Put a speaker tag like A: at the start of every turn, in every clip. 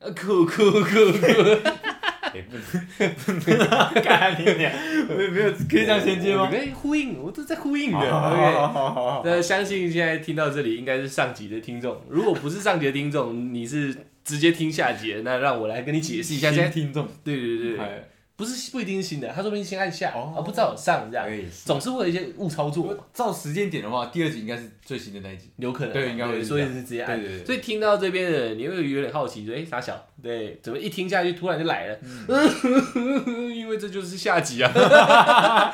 A: 呃，酷酷酷酷，
B: 也不能，干你娘！没有没有，可以这样衔接吗
A: 你？可以呼应，我都在呼应的。
B: 好
A: OK，
B: 好好好好，
A: 那相信现在听到这里应该是上集的听众，如果不是上集的听众， 你是直接听下集的，那让我来跟你解释一下。现
B: 新
A: 在
B: 听众，
A: 对对对，
B: 哎，
A: 不是不一定是新的，他说不定先按下，
B: 哦
A: 啊不知道有上这样，
B: 可以。
A: 总是会有一些误操作
B: 我
A: 嘛，
B: 照时间点的话，第二集应该是最新的那一集。哎
A: 有可能
B: 对应该会是
A: 所以
B: 这样
A: 是直接按
B: 对。对对，
A: 所以听到这边的人，你会有点好奇，说：“哎、傻小，对，怎么一听下去突然就来了？”
B: 嗯
A: 因为这就是下集啊。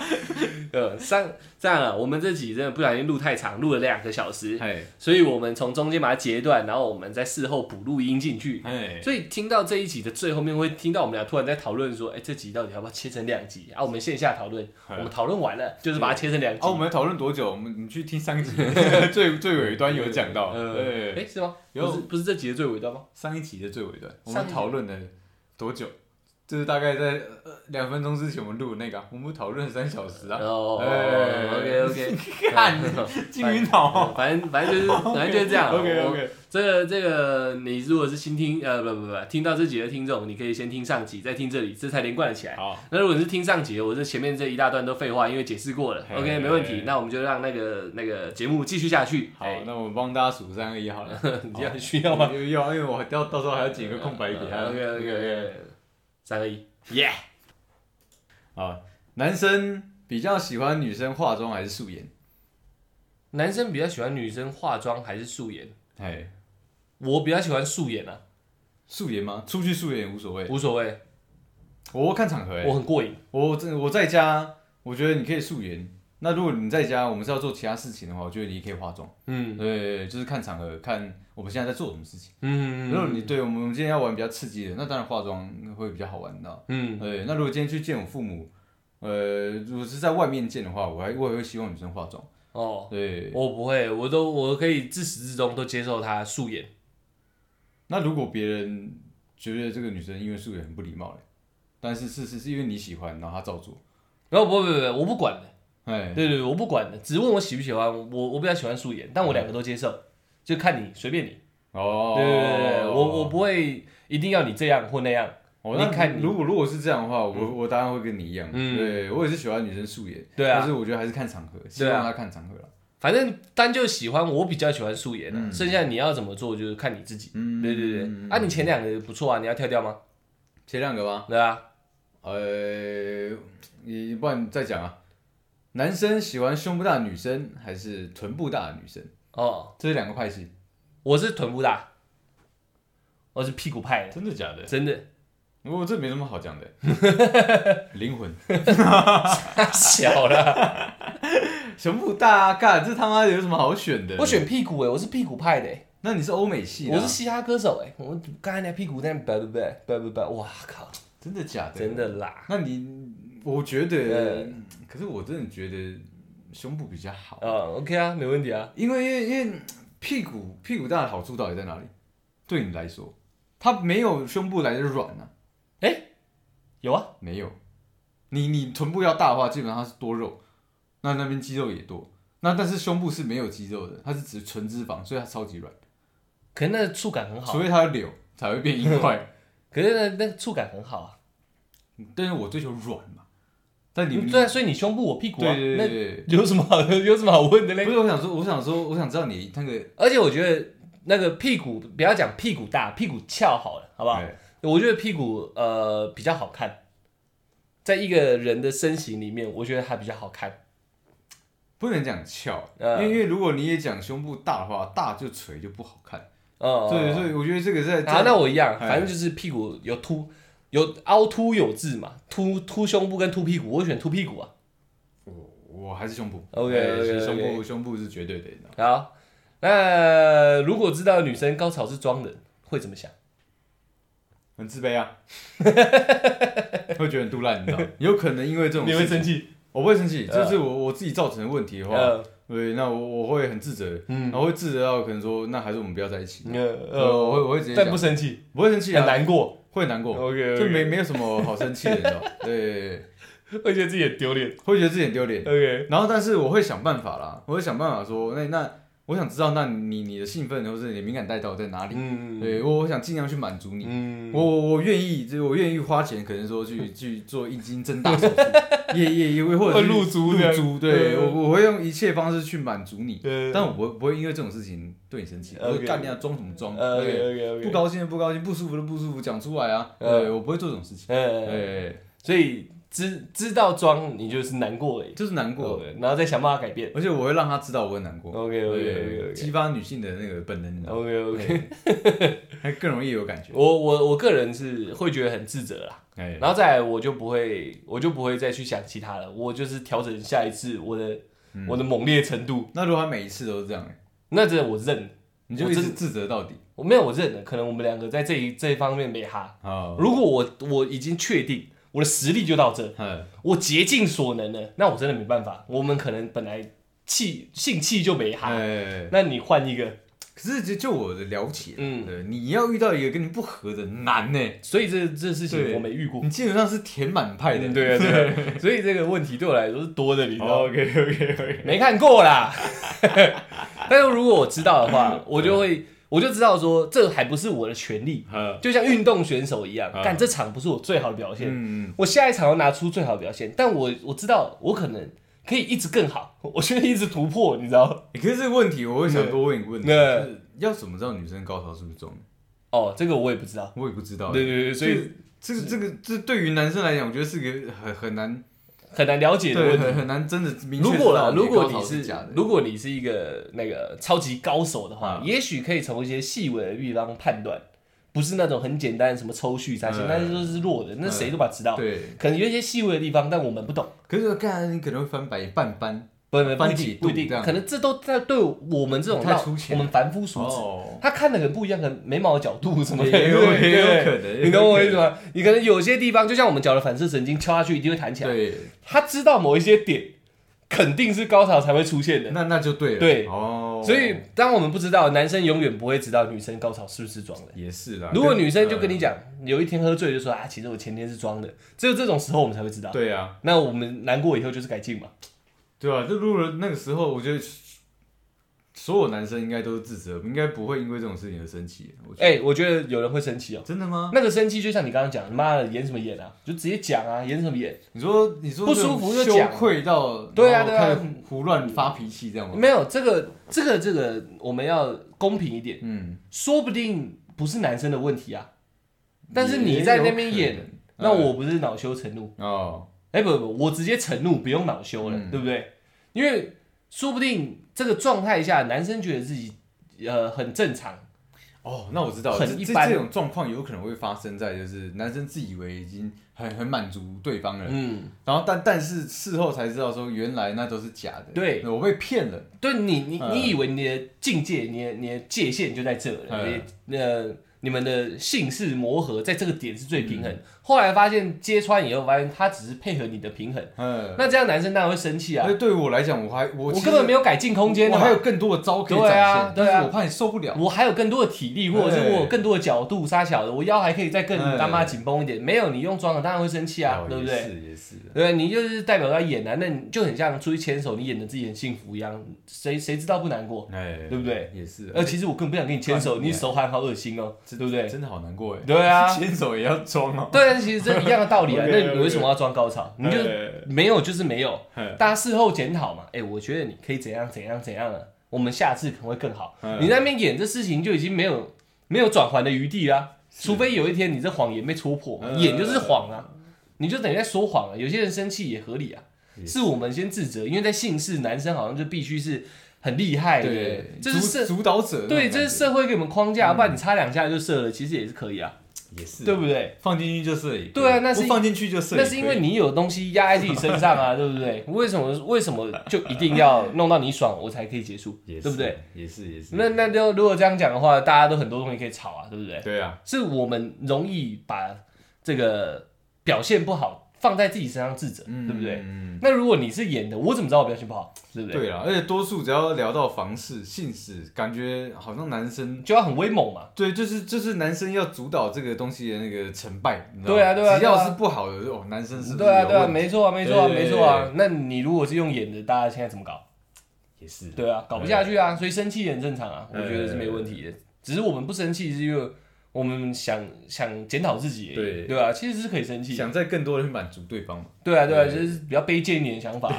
A: 呃，上这样啊，我们这集真的不小心录太长，录了两个小时，
B: 哎
A: 所以我们从中间把它截断，然后我们在事后补录音进去。
B: 哎，
A: 所以听到这一集的最后面，会听到我们俩突然在讨论说：“哎、这集到底要不要切成两集啊？”我们线下讨论，我
B: 嗯
A: 们讨论完了，就是把它切成两集。
B: 哦，我们要讨论多久？我们你去听上一集最最尾端有讲 到，
A: 呃
B: 对，
A: 哎、是吗？
B: 有
A: 不是不是这集的最尾端吗？
B: 上一集的最尾段，我
A: 上一集
B: 们讨论了多久？就是大概在呃两分钟之前我们录的那个啊，我们讨论了三小时啊，
A: 哦
B: 哎
A: ，OK OK，
B: 看金鱼脑，
A: 哦反正反正就是 反正就是这 样。
B: OK
A: 我
B: OK，
A: 这个这个，你如果是新听呃不不不，听到这集的听众，你可以先听上集，再听这里，这才连贯了起来。
B: 好，
A: 那如果你是听上集，我这前面这一大段都废话，因为解释过了。
B: 嘿
A: OK，没问题。那我们就让那个那个节目继续下去。
B: 好
A: 哎，
B: 那我帮大家数三二一好了，
A: 你这样需要吗？啊
B: 有有啊，因为我到到时 候还要剪个空白给他。
A: OK OK OK，三二一，Yeah！
B: 啊，男生比较喜欢女生化妆还是素颜？
A: 男生比较喜欢女生化妆还是素颜？
B: 哎，
A: 我比较喜欢素颜啊，
B: 素颜吗？出去素颜也无所谓，
A: 无所谓，
B: 我看场合哎、
A: 我很过瘾。
B: 我真的我在家，我觉得你可以素颜。那如果你在家，我们是要做其他事情的话，我觉得你可以化妆。
A: 嗯
B: 对对，对就是看场合，看我们现在在做什么事情。
A: 嗯
B: 如果你对我们今天要玩比较刺激的，那当然化妆会比较好玩的。
A: 嗯，
B: 对，那如果今天去见我父母，呃，如果是在外面见的话，我还我也会希望女生化妆。
A: 哦，
B: 对，
A: 我不会，我都我可以自始至终都接受他素颜，
B: 那如果别人觉得这个女生因为素颜很不礼貌嘞，但是事实是因为你喜欢，然后她照做，
A: 然后不不不，我不管的，
B: 哎，
A: 对对对，我不管的，只问我喜不喜欢，我我比较喜欢素颜，但我两个都接受，就看你随便你，
B: 哦，
A: 对对对对，我我不会一定要你这样或那样，
B: 哦，
A: 你
B: 那
A: 看你
B: 如果如果是这样的话，我我当然会跟你一样，
A: 嗯
B: 对我也是喜欢女生素颜，
A: 对啊
B: 但是我觉得还是看场合，希望她看场合了，
A: 反正单就喜欢我比较喜欢素颜的、啊
B: 嗯
A: 剩下你要怎么做就是看你自己，
B: 嗯
A: 对对对，啊，你前两个不错啊，你要跳掉吗？
B: 前两个吧，
A: 对啊，
B: 呃，你不然你再讲啊，男生喜欢胸部大的女生还是臀部大的女生，
A: 哦，
B: 这是两个派系，
A: 我是臀部大，我是屁股派的，
B: 真的假的？
A: 真的，
B: 我这没什么好讲的，灵魂。
A: 小了，
B: 胸部大啊，干这他妈有什么好选的？
A: 我，选屁股哎、我是屁股派的、欸。
B: 那你是欧美系的啊、
A: 我是嘻哈歌手哎、我刚才那屁股在那摆摆摆摆摆摆，哇靠，
B: 真的假的？
A: 真。的呃啦，
B: 那你，我觉得
A: 对，
B: 可是我真的觉得胸部比较好，
A: 嗯，OK 啊，没问题啊，
B: 因为因为因为屁股屁股大的好处到底在哪里？对你来说，它没有胸部来的软啊，
A: 有啊，
B: 没有。你你臀部要大的话，基本上它是多肉，那那边肌肉也多。那但是胸部是没有肌肉的，它是只纯脂肪，所以它超级软，
A: 可是那个触感很好啊
B: 除，非它有瘤才会变硬块。
A: 可是那那个触感很好啊，
B: 但是我追求软嘛。但你
A: 对啊，所以你胸部我屁股啊，
B: 嗯对对对对
A: 那有什么好有什么好问的嘞
B: 对，不？是我想说，我想说，我想知道你那个
A: 而且我觉得那个屁股不要讲屁股大，屁股翘好了，好不好？
B: 哎
A: 我觉得屁股呃比较好看，在一个人的身形里面，我觉得它比较好看，
B: 不能讲翘，因
A: 嗯
B: 为因为如果你也讲胸部大的话，大就垂就不好看。
A: 嗯，
B: 对，
A: 嗯
B: 所以我觉得这个在
A: 啊，
B: 在
A: 那我一样，
B: 哎
A: 反正就是屁股有凸，有凹凸有致嘛，凸凸胸部跟凸屁股，我选凸屁股啊。
B: 我我还是胸部
A: OK，
B: 哎
A: OK，
B: 是胸
A: OK
B: 部胸部是绝对的。你知道
A: 好，那如果知道女生高潮是装的，会怎么想？
B: 很自卑啊， 会觉得很杜烂，你知道吗？有可能因为这种事情，
A: 气？
B: 我不会生气，
A: 呃
B: 就是我我自己造成的问题的话，
A: 呃，
B: 对，那我我会很自责，
A: 嗯
B: 然后会自责到可能说，那还是我们不要在一起。
A: 呃
B: 呃，我会
A: 呃，
B: 我会直接
A: 但
B: 讲
A: 不，生气，
B: 不会生气
A: 很
B: 啊，
A: 难过。
B: 会难过，
A: OK，
B: 哦就没没有什么好生气的，你 知道吗？对，
A: 会觉得自己很丢脸。
B: 会觉得自己很丢脸。
A: OK，
B: 然后，但是我会想办法啦，我会想办法说，那那我想知道，那你你的兴奋或者你的敏感带到底在哪里？
A: 嗯
B: 对我我想尽量去满足你，
A: 嗯，
B: 我我我愿意，就是我愿意花钱，可能说去去做一斤增大手术， 也也也会或者
A: 会
B: 是
A: 入租这
B: 入
A: 样
B: 租，
A: 嗯
B: 对我我会用一切方式去满足你，
A: 嗯
B: 但我不会不会因为这种事情对你生气，我
A: OK
B: 会干你要装什么装，
A: 呃
B: 对，
A: OK OK，
B: 不高兴的不高兴，不舒服的不舒服，讲出来啊，
A: 嗯
B: 对我不会做这种事情，
A: 呃，
B: 对，
A: 所以知知道装，你就是难过了，
B: 就是难过，
A: 然后再想办法改变。
B: 而且我会让他知道我很难过，
A: OK OK OK
B: 对，激发女性的那个本能，你知道吗
A: OK OK，
B: 还更容易有感觉，
A: 我我我个人是会觉得很自责啦，
B: 哎，
A: 然后再来我就不会，我就不会再去想其他了，我就是调整下一次我的、我的猛烈程度，
B: 那如果他每一次都是这样，
A: 那这我认了，
B: 你就
A: 我
B: 一
A: 真
B: 直自责到底，
A: 我没有我认了，可能我们两个在这一这一方面没哈。
B: 好，
A: 如果我我已经确定我的实力就到这，
B: 嗯
A: 我竭尽所能了，那我真的没办法，我们可能本来气性气就没哈，
B: 哎。
A: 那你换一个，
B: 可是就就我的了解，
A: 嗯
B: 嗯，对，你要遇到一个跟你不合的难呢、
A: 所以这这事情
B: 对
A: 我没遇过。
B: 你基本上是填满派的，
A: 嗯， 对啊， 对啊，哦所以这个问题对我来说是多的，你知道吗？
B: OK OK OK，
A: 没看过啦。 但是如果我知道的
B: 嗯
A: 话，我就会，我就知道说，这还不是我的权利，
B: 好，
A: 就像运动选手一样，
B: 嗯
A: 干这场不是我最好的表现，
B: 嗯，
A: 我下一场要拿出最好的表现，但我我知道我可能可以一直更好， 我觉得一直突破，你知道？
B: 哎可是这个问题，我会
A: 嗯
B: 想多问一个问题，
A: 对
B: 就是要怎么知道女生高潮是不是重？
A: 哦，这个我也不知道。
B: 我也不知道、
A: 对对对，所以
B: 这个这个这对于男生来讲，我觉得是个很很难，
A: 很难了解的
B: 对，
A: 问题。
B: 很很难真的明确
A: 如果
B: 知
A: 啦，
B: 道
A: 如
B: 高
A: 果
B: 潮
A: 你
B: 是
A: 是
B: 假的，
A: 如果你是一个那个超级高手的话，
B: 嗯
A: 也许可以从一些细微的地方判断，不是那种很简单什么抽蓄啥些，
B: 嗯
A: 那就是弱的，那谁都把它知道。
B: 对，
A: 可能有一些细微的地方，但我们不懂，
B: 可是干你可能会翻白眼半翻，
A: 不不不一
B: 翻几
A: 定
B: 度
A: 不一定
B: 这，样
A: 可能这都在对我们这种
B: 太
A: 到
B: 粗浅
A: 我们凡夫俗子。
B: 哦，
A: 他看的很不一样，可能眉毛的角度什么的，
B: 也有
A: 对
B: 也有
A: 对
B: 可能
A: 你懂我
B: 也
A: 意
B: 有
A: 思
B: 可
A: 吗？你可能有些地方，就像我们脚的反射神经敲下去一定会弹起来，
B: 对，
A: 他知道某一些点肯定是高潮才会出现的，
B: 那那就对了，
A: 对
B: 哦，
A: 所以，当我们不知道，男生永远不会知道女生高潮是不是装的。
B: 也是啦，
A: 如果女生
B: 嗯
A: 就跟你讲，有一天喝醉就说啊，其实我前天是装的，只有这种时候我们才会知道。
B: 对啊。
A: 那我们难过以后就是改进嘛。
B: 对啊，这如果那个时候，我觉得所有男生应该都是自责，应该不会因为这种事情而生气。我觉得，
A: 哎、我觉得有人会生气哦。
B: 真的吗？
A: 那个生气就像你刚刚讲，妈的演什么演啊，就直接讲啊，演什么演？
B: 你说，你说
A: 不舒服就
B: 这种
A: 讲
B: 羞愧到
A: 对啊
B: 然后
A: 对啊
B: 开始胡乱发脾气这样吗？
A: 没有这个，这个，这个，我们要公平一点，
B: 嗯，
A: 说不定不是男生的问题啊。但是你在那边
B: 也有可
A: 演
B: 能，
A: 那我不是恼羞成怒，
B: 哦，
A: 哎、不不，我直接承怒，不用恼羞了，
B: 嗯
A: 对不对？因为说不定这个状态下，男生觉得自己呃很正常，
B: 哦，那我知道了，
A: 很
B: 这
A: 一
B: 这
A: 般
B: 这种状况有可能会发生在就是男生自以为已经很很满足对方了，
A: 嗯，
B: 然后但但是事后才知道说原来那都是假的，
A: 对
B: 我被骗了，
A: 对你你
B: 嗯
A: 你以为你的境界、你的你的界限就在这了，
B: 嗯
A: 你呃你们的性事磨合在这个点是最平
B: 嗯
A: 衡，后来发现揭穿以后，发现他只是配合你的平衡，
B: 嗯，
A: 那这样男生当然会生气啊
B: 那，对于我来讲，我还我
A: 我
B: 其实
A: 根本没有改进空间
B: 我
A: 的
B: 还有
A: 嘛。
B: 更多的招可以展
A: 对啊
B: 现，
A: 对啊
B: 但是我怕你受不了。
A: 我还有更多的体力，或者是
B: 对
A: 我有更多的角度，杀小的，我腰还可以再更
B: 嗯
A: 他妈紧绷一点。没有你用装的，当然会生气啊
B: 哦，
A: 对不对？
B: 是也是的。
A: 对，你就是代表在演啊，那你就很像出去牵手，你演的自己很幸福一样，谁谁知道不难过？
B: 哎，
A: 对不对？
B: 也是的，
A: 呃，其实我更不想跟你牵手，
B: 哎
A: 你手还好恶心哦，对不对？
B: 真的好难过哎。
A: 对啊
B: 牵手也要装哦。
A: 对，但其实这一样的道理 啊。
B: OK，OK
A: 那你为什么要装高潮？你就
B: 哎
A: 没有就是没有
B: 哎，
A: 大家事后检讨嘛。哎，我觉得你可以怎样怎样怎样了，我们下次可能会更好。
B: 哎
A: 你在那边演这事情就已经没有没有转圜的余地啦，除非有一天你这谎言被戳破嘛，
B: 嗯
A: 演就是谎啊，你就等于在说谎啊。有些人生气也合理啊，
B: 也
A: 是我们先自责，因为在姓氏男生好像就必须是很厉害的
B: 对，，
A: 这是社
B: 主主导者那种感觉。
A: 对，这是社会给我们框架，不然你插两下就射了，其实也是可以啊，
B: 也是
A: 对，不对？
B: 放进去就是也可以。
A: 对啊那是
B: 不放进去就是也
A: 那
B: 可以。
A: 是因为你有东西压在自己身上 啊，对不对？为什么为什么就一定要弄到你爽我才可以结束，
B: 也
A: 对
B: 是
A: 不对？？
B: 也是也是。
A: 那那就如果这样讲的话，大家都很多东西可以吵啊，对不对？
B: 对啊，
A: 是我们容易把这个表现不好放在自己身上自责，
B: 嗯
A: 对不对？
B: 嗯
A: 那如果你是演的，我怎么知道我表现不好，对不对？
B: 对啦，而且多数只要聊到房事、性事，感觉好像男生
A: 就要很威猛嘛。
B: 对，就是就是男生要主导这个东西的那个成败，你知道吗
A: 对啊对啊
B: 只
A: 对啊
B: 要是不好的哦，男生是不是
A: 对啊，
B: 有
A: 对啊，
B: 问题
A: 没错啊，没错啊，
B: 对对
A: 没
B: 对
A: 错啊。那你如果是用演的，大家现在怎么搞？
C: 也是，
A: 对啊，搞不下去啊，所以生气也很正常啊，我觉得是没问题的。只是我们不生气，是因为我们想想检讨自己而已，
C: 对
A: 对啊，其实是可以生气的，
B: 想在更多人去满足对方嘛。
A: 对啊对啊，就是比较卑贱一点的想法。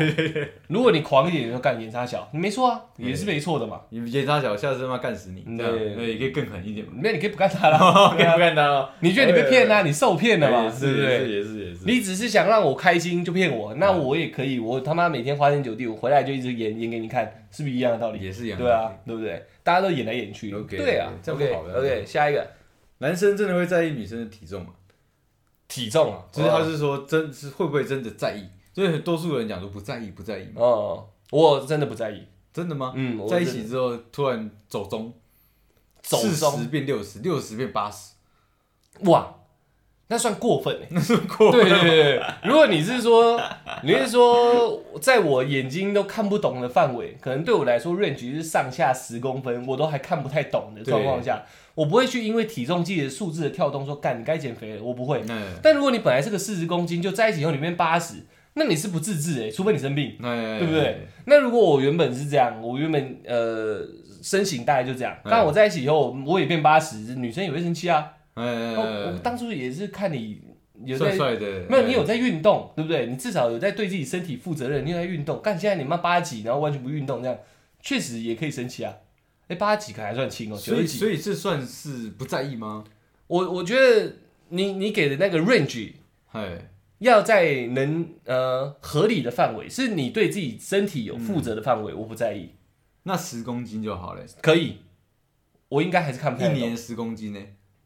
A: 如果你狂一点，你就干眼差小，你没错啊，也是没错的嘛。
B: 你别他脚，下次他妈干死你，
A: 对
B: 这样啊对，也可以更狠一点嘛。
A: 那你可以不干他 了，
C: 不干他哦，
A: 你觉得你被骗啊啦，你受骗了
C: 也
A: 嘛，啊对
C: 是
A: 不
C: 也
A: 对？
C: 是也是也是，
A: 你只是想让我开心就骗我，那我也可以，我他妈每天花天酒地，我回来就一直演演给你看，是不是一样的道理？
B: 也是一样的
A: 对啊，对不对？大家都演来演去
B: OK，
A: 对啊
B: OK，这样不
A: ，OK
B: 好的
A: OK，下一个
B: 男生真的会在意女生的体重吗？
A: 体重啊，
B: 就是他是说真是会不会真的在意？就是多数人讲说不在意不在意嘛，
A: 哦，我真的不在意，
B: 真的吗？
A: 嗯，我
B: 在一
A: 真
B: 起
A: 的
B: 之后突然走中，
A: 走
B: 四十
A: 中
B: 变六十，六十变八十，
A: 哇，那算过分欸
B: 过
A: 对对对，对如果你是说你是说在我眼睛都看不懂的范围，可能对我来说 range 是上下十公分，我都还看不太懂的状况下，我不会去因为体重计的数字的跳动说干你该减肥了，我不会。
B: 那
A: 但如果你本来是个四十公斤，就在一起以后你变八十，那你是不自制诶、欸除非你生病。
B: 那
A: 对不对？那如果我原本是这样，我原本呃身形大概就这样，但我在一起以后我也变八十，女生也会生气啊。
B: 哎，
A: 我我当初也是看你有在
B: 帅帅的，
A: 没有，你有在运动，对不对？你至少有在对自己身体负责任，你有在运动。干，现在你妈八几，然后完全不运动，这样确实也可以生气啊。哎，八几可还算轻哦，
B: 所
A: 九
B: 以
A: 十几。
B: 所以这算是不在意吗？
A: 我我觉得你你给的那个 range
B: 哎，
A: 要在能呃合理的范围，是你对自己身体有负责的范围，我不在意，
B: 那十公斤就好了，
A: 可以。我应该还是看不
B: 一
A: 太懂，
B: 年十公斤呢？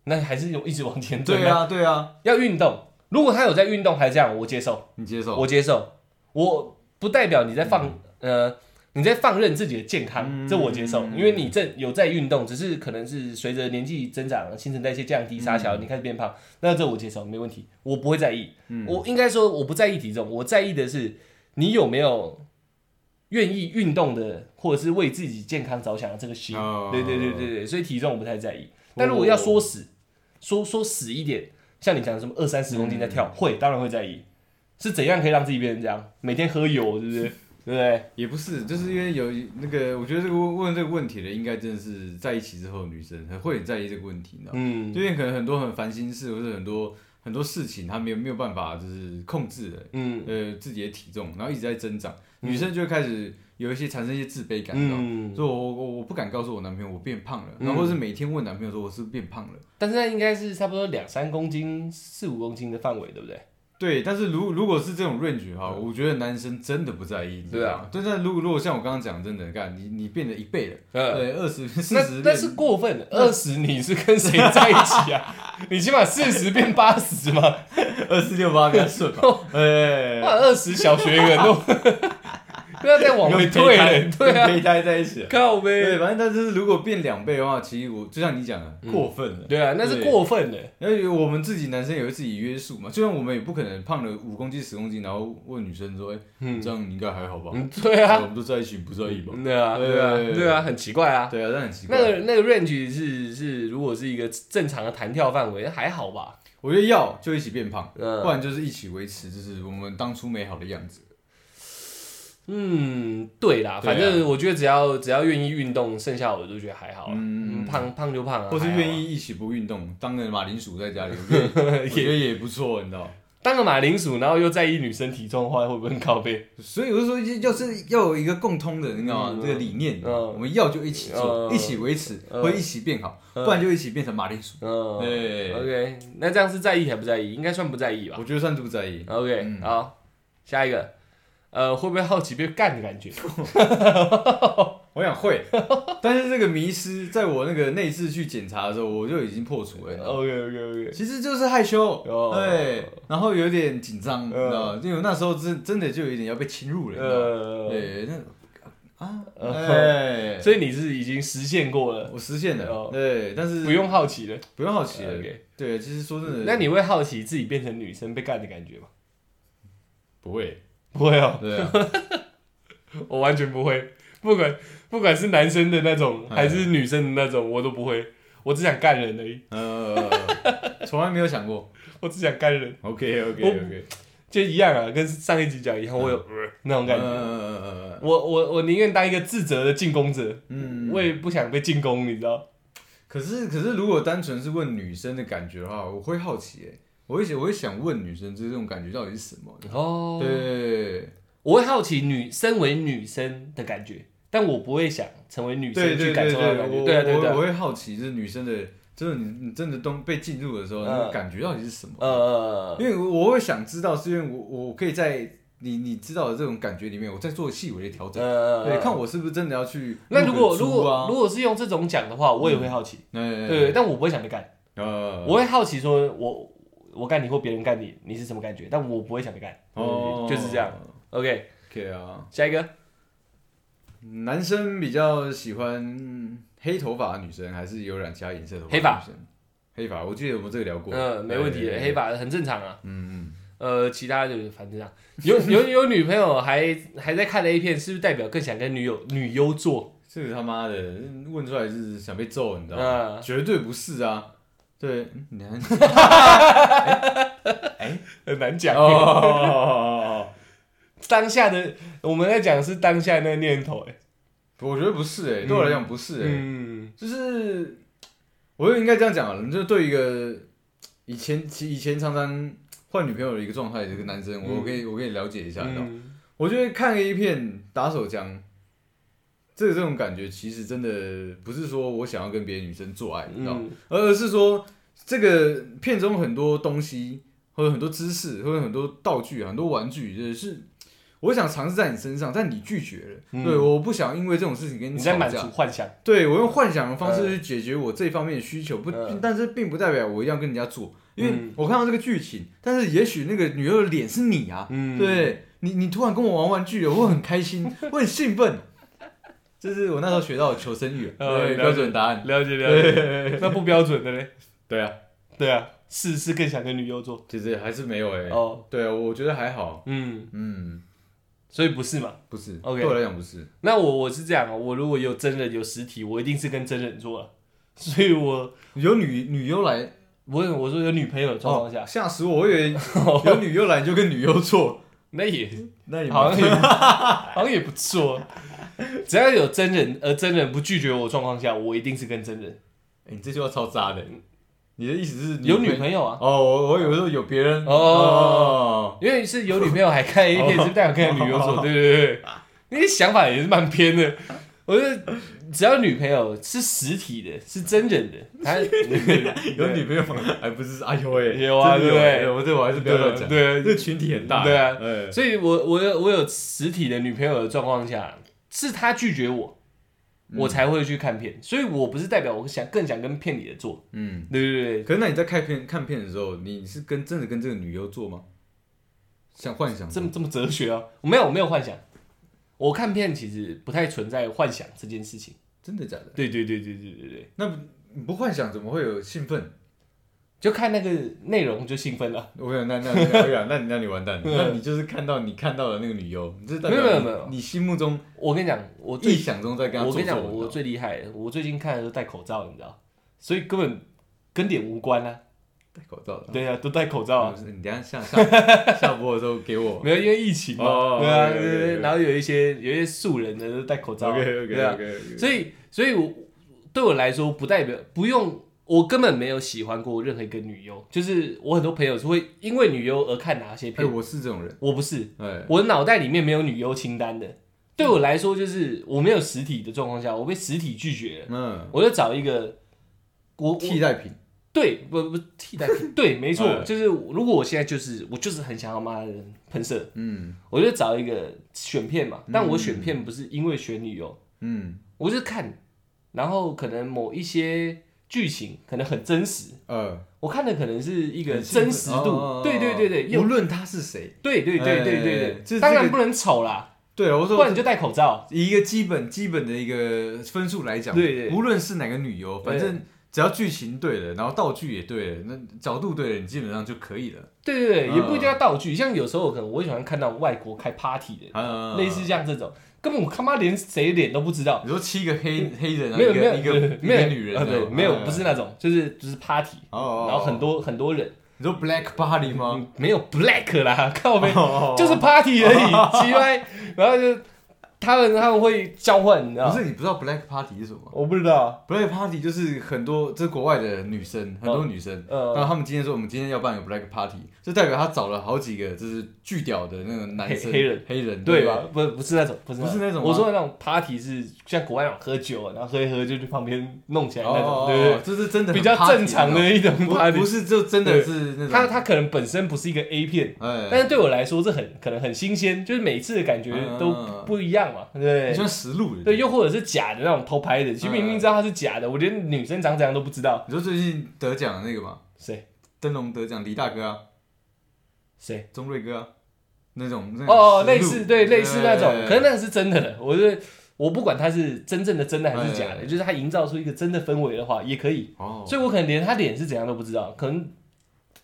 A: 那还是有一直往前推。
B: 对，啊对啊，
A: 要运动。如果他有在运动还这样，我接受。
B: 你接受？
A: 我接受，我不代表你在放、
B: 嗯
A: 呃你在放任自己的健康，这我接受，因为你这有在运动，只是可能是随着年纪增长，新陈代谢降低，沙
B: 嗯
A: 小、你开始变胖，那这我接受没问题，我不会在意，
B: 嗯
A: 我应该说我不在意体重，我在意的是你有没有。愿意运动的，或者是为自己健康着想的这个心，
B: 哦
A: 对对对对对，所以体重我不太在意。但如果要说死，说说死一点，像你讲的什么二三十公斤
B: 嗯
A: 在跳，会当然会在意，是怎样可以让自己变成这样？每天喝油， 是不是？对不对？
B: 也不是，就是因为有那个，我觉得这个问问这个问题的，应该真的是在一起之后，女生很会很在意这个问题，你知道吗？
A: 嗯，
B: 就因为可能很多很烦心事，或者很多很多事情，她没有没有办法就是控制的，
A: 嗯
B: 呃，自己的体重，然后一直在增长，女生就会开始有一些产生一些自卑感，你知道吗？
A: 嗯，
B: 所以我我我不敢告诉我男朋友我变胖了，
A: 嗯
B: 然后或是每天问男朋友说我是不是变胖了。
A: 但是那应该是差不多两三公斤、四五公斤的范围，对不对？
B: 对，但是如如果是这种 range 哈，我觉得男生真的不在意。你知
A: 嗯对啊
B: 道吗，但是如果如果像我刚刚讲，真的，干你你变了一倍了，
A: 嗯
B: 对，二十呃四
A: 那
B: 十，
A: 那是过分了，二十你是跟谁在一起啊？你起码四十变八十嘛，
B: 二四六八比 较顺吧？哎，
A: 哇，二十小学员 都不要再往回退了，对
B: 跟
A: 啊，
B: 胚胎在一起了。
A: 靠呗，
B: 对，反正但是如果变两倍的话，其实我就像你讲的，过分了。
A: 对啊，那是
B: 对
A: 过分了，
B: 因为我们自己男生也会自己约束嘛，就像我们也不可能胖了五公斤十公斤，然后问女生说：“哎、
A: 嗯
B: 这样你应该还好吧？”
A: 嗯， 对啊
B: 我，们都在一起，不在意吧？
A: 对啊，对啊，
B: 对
A: 对啊，很奇怪啊。
B: 对啊，但很奇怪。
A: 那个那个 range 是是，如果是一个正常的弹跳范围，还好吧？
B: 我觉得要就一起变胖，
A: 嗯
B: 不然就是一起维持，就是我们当初美好的样子。
A: 嗯，对啦，
B: 对啊
A: 反正我觉得只要只要愿意运动，剩下我都觉得还好啦。
B: 嗯
A: 嗯，胖胖就胖啊，
B: 或是
A: 还好啊
B: 愿意一起不运动，当个马铃薯在家里，我觉得 我觉得也不错，你知道。
A: 当个马铃薯，然后又在意女生体重的话，会不会很靠背？
B: 所以我就说，要是要有一个共通的，你知道吗？
A: 嗯
B: 这个理念，
A: 嗯
B: 我们要就一起做，
A: 嗯
B: 一起维持，
A: 嗯
B: 会一起变好，
A: 嗯
B: 不然就一起变成马铃薯。
A: 嗯，
B: 对
A: ，OK，那这样是在意还不在意？应该算不在意吧
B: 我觉得算是不在意。
A: ？OK，、
B: 嗯
A: 好，下一个，呃，会不会好奇被干的感觉？
B: 我想会， 但是这个迷失，在我那个内置去检查的时候，我就已经破除了。你知道吗
A: OK OK OK，
B: 其实就是害羞，
A: 哦
B: 啊对，然后有点紧
A: 嗯
B: 张，你知道吗？因为我那时候真真的就有一点要被侵入了，你知道吗？
A: 呃，
B: 对，那啊，
A: 呃
B: 哎，
A: 所以你是已经实现过了，
B: 我实现
A: 哦
B: 了，对，但是
A: 不用好奇了。
B: 不用好奇了
A: OK，
B: 对，其实说真的，
A: 那你会好奇自己变成女生被干的感觉吗？
B: 不会，
A: 不会哦，
B: 对啊，
A: 我完全不会，不管不管是男生的那种
B: 哎
A: 还是女生的那种，我都不会。我只想干人而已，
B: 呃，从来没有想过
A: 我只想干人。
B: ，OK OK
A: 我
B: OK，
A: 就一样啊，跟上一集讲一样，我有、呃那种感觉。
B: 觉。
A: 我我我宁愿当一个自责的进攻者，
B: 嗯，
A: 我也不想被进攻，你知道？
B: 可是可是如果单纯是问女生的感觉的话，我会好奇哎、我会想我会想问女生这种感觉到底是什么？
A: 哦，
B: 对
A: 我会好奇女身为女生的感觉，但我不会想成为女
B: 对
A: 生去
B: 对对
A: 感受到的感觉。
B: 我
A: 对啊对啊
B: 我
A: 对啊
B: 我，会好奇，就是女生的，就是你你真的东被进入的时候，
A: 嗯
B: 那个感觉到底是什么？
A: 呃，
B: 因为我会想知道，是因为我我可以在你你知道的这种感觉里面，我在做细微的调整，
A: 呃，
B: 对，看我是不是真的要去
A: 那如果如
B: 入个猪
A: 果
B: 啊，嗯
A: 如果是用这种讲的话，我也会好奇，
B: 对
A: 对，但我不会想被干，
B: 呃，
A: 我会好奇说我我干你或别人干你，你是什么感觉？但我不会想被干，
B: 哦
A: 就是这样。OK，
B: ，OK 啊，
A: 下一个，
B: 男生比较喜欢黑头发的女生，还是有染其他颜色头发？
A: 黑发，
B: 黑发，我记得我们这个聊过，
A: 嗯，没问题的，
B: 对
A: 黑，发很正常啊。
B: 嗯嗯，
A: 呃，其他就是反正这样，有 有有女朋友还还在看 A 片，是不是代表更想跟女友女优做？
B: 这个他妈的问出来是想被揍，你知道吗？
A: 嗯，
B: 绝对不是啊，对，嗯你还
A: 很难讲
B: 哦，
A: 当下的我们在讲是当下那个念头，哎，
B: 我 觉得不是哎、对我来讲不是哎、
A: 嗯，
B: 就是我就应该这样讲啊，就是对一个以前其以前常常换女朋友的一个状态，这个男生，我
A: 嗯
B: 我可以我可以了解一下，你知道吗
A: 嗯
B: 我觉得看 A 片打手枪，这这种感觉其实真的不是说我想要跟别的女生做爱，你知道吗，
A: 嗯
B: 而而是说这个片中很多东西，或者很多知识，或者很多道具、啊很多玩具，就是我想尝试在你身上，但你拒绝了，
A: 嗯
B: 对，我不想因为这种事情跟
A: 你
B: 吵
A: 在满
B: 架
A: 足。幻想，
B: 对我用幻想的方式去解决我这方面的需求，不，
A: 嗯
B: 但是并不代表我一定要跟人家做，因为
A: 嗯
B: 我看到这个剧情，但是也许那个女优的脸是你啊，
A: 嗯，
B: 对你，你突然跟我玩玩具了，我会很开心，我很兴奋，这是我那时候学到的求生欲，
A: 呃了
B: 对，
A: 解
B: 标准答案，
A: 了解了解，那不标准的嘞。
B: 对啊，
A: 对啊，是是更想跟女优做
B: 其实还是没有哎、
A: 哦，
B: 对啊，我觉得还好，
A: 嗯，
B: 嗯，
A: 所以不是嘛？
B: 不是
A: OK
B: 对我来讲不是，
A: 那我我是这样哦，我如果有真人有实体，我一定是跟真人做啊， 所以我
B: 有女女优来
A: 我我说有女朋友的状况下
B: 哦，吓死我，我以为有女优来你就跟女优做，
A: 那也
B: 那也
A: 好
B: 蛮
A: 像也 好像也不错，啊 只要有真人而真人不拒绝我的状况下，我一定是跟真人
B: 欸你这句话超渣的，你的意思是
A: 有女朋友啊，
B: 哦，我我以为说有别人哦
A: 哦因为是有女朋友还看 A 片，是不是代表跟女优做？对对对，你的想法也是蛮偏的。我是只要女朋友是实体的，是真人 的，她
B: 有女朋友吗？哎，不是，哎呦 喂，
A: 有啊
B: 真
A: 对
B: 的
A: 不对
B: 哎我这我还是不要乱
A: 对啊
B: 讲，
A: 对
B: 这
A: 对
B: 个群体很大，
A: 对啊
B: 哎，
A: 所以我我有我有实体的女朋友的状况下，是她拒绝我，
B: 嗯
A: 我才会去看片。所以我不是代表我想更想跟骗你的做，
B: 嗯。
A: 对对对，
B: 可是那你在看片看片的时候，你是跟真的跟这个女优做吗？想幻想
A: 这
B: 吗
A: 么这么哲学啊？我没有我没有幻想，我看片其实不太存在幻想这件事情。
B: 真的假的？
A: 对对对对对对对，
B: 那不不幻想怎么会有兴奋？
A: 就看那个内容就兴奋了。
B: 我跟你讲，那那那我跟你讲，那你那你 完蛋了，那你就是看到你看到的那个女优，你这代表
A: 没有
B: 你
A: 没有没有
B: 你心目中
A: 我跟你讲，我最
B: 臆想中在跟她
A: 我
B: 做
A: 跟你
B: 做
A: 讲，
B: 文
A: 我
B: 的
A: 最厉害的，我最近看的都戴口罩，你知道，所以根本跟脸无关啊。
B: 戴口罩的。
A: 对啊，都戴口罩啊，
B: 哦你等一下下下 下播的时候给 我。
A: 没有因为疫情嘛，
B: 哦
A: 对啊，
B: OK，OK，OK
A: 对对对。然后有一些有一些素人的都戴口罩啊，对啊，
B: OK。
A: 所以所以我对我来说不代表不用。我根本没有喜欢过任何一个女优，就是我很多朋友是会因为女优而看哪些
B: 哎，
A: 片，
B: 我是这种人，
A: 我不是，
B: 哎，
A: 我脑袋里面没有女优清单的。对我来说，就是我没有实体的状况下，我被实体拒绝了，
B: 嗯，
A: 我就找一个我我
B: 替代品，
A: 对不不替代品对没错，
B: 嗯
A: 就是如果我现在就是我就是很想要妈的喷射，
B: 嗯
A: 我就找一个选片嘛，但我选片不是因为选女优，
B: 嗯，
A: 我就看，然后可能某一些剧情可能很真实，
B: 呃，
A: 我看的可能是一
B: 一
A: 个真实度，对对对对，
B: 无
A: 有
B: 论她是谁，
A: 对对对对
B: 哎
A: 对
B: 这
A: 对，当
B: 这
A: 然
B: 个
A: 不能丑啦，
B: 对，我
A: 不
B: 说
A: 然你就戴口罩，
B: 以一个基本基本的一个分数来讲，
A: 对对
B: 无论是哪个女优，
A: 对
B: 反正只要剧情对了，然后道具也对了，那角度对了，你基本上就可以了。
A: 对对对，也不一定
B: 嗯
A: 要道具，像有时候可能我喜欢看到外国开 party 的，
B: 啊，
A: 类似像这种，根本我他妈连谁脸都不知道。
B: 你说七个黑黑人，然后
A: 没有
B: 嗯一个
A: 没有
B: 一个
A: 没有
B: 一个女人
A: 啊，
B: 这样
A: 对，
B: 吗
A: 没有不是那种，就是就是 party，
B: 哦哦，
A: 然后很多很多人，
B: 你说 Black Body 吗？
A: 嗯没有 black 啦， 靠背
B: 哦
A: 就是 party 而已，奇怪，然后就他们他们会交换，你知道
B: 不
A: 吗？
B: 是你不知道 Black Party 是什么吗
A: 我不知道，
B: ？Black Party 就是很多这是国外的女生，很多女生，
A: 嗯
B: 然后他们今天说我们今天要办个 Black Party，就代表他找了好几个就是巨屌的那个男生
A: 黑黑人
B: 黑人
A: 对吧？？不不是那种，不是
B: 不是那种吗
A: 我说的那种 party 是像国外那种喝酒，然后喝一喝就去旁边弄起来那种，
B: 哦，
A: 对不
B: 这是真
A: 对？
B: 的很
A: 比较
B: party
A: 正常的
B: 那
A: 一种
B: 种，不
A: party
B: 不。是就真的
A: 对
B: 是那种
A: 它它可能本身不是一个 A 片，但
B: 哎，
A: 是对我来说这很可能很新鲜，就是每次的感觉都
B: 嗯
A: 不一样嘛，对不
B: 你嗯
A: 对？
B: 算实录的
A: 对，。又或者是假的那种偷拍的，其实明明知道它是假的，我连女生长怎样都不知道。
B: 你说最近得奖的那个嘛，
A: 谁
B: 灯笼得奖，李大哥啊，
A: 谁？
B: 钟瑞哥啊，那种那种
A: 哦，
B: 实录
A: 类似对类似那种，
B: 对
A: 可是那个是真的的，我是我不管它是真正的真的还是假
B: 哎哎
A: 的，就是它营造出一个真的氛围的话也可以，
B: 哦，
A: 所以我可能连他脸是怎样都不知道，可能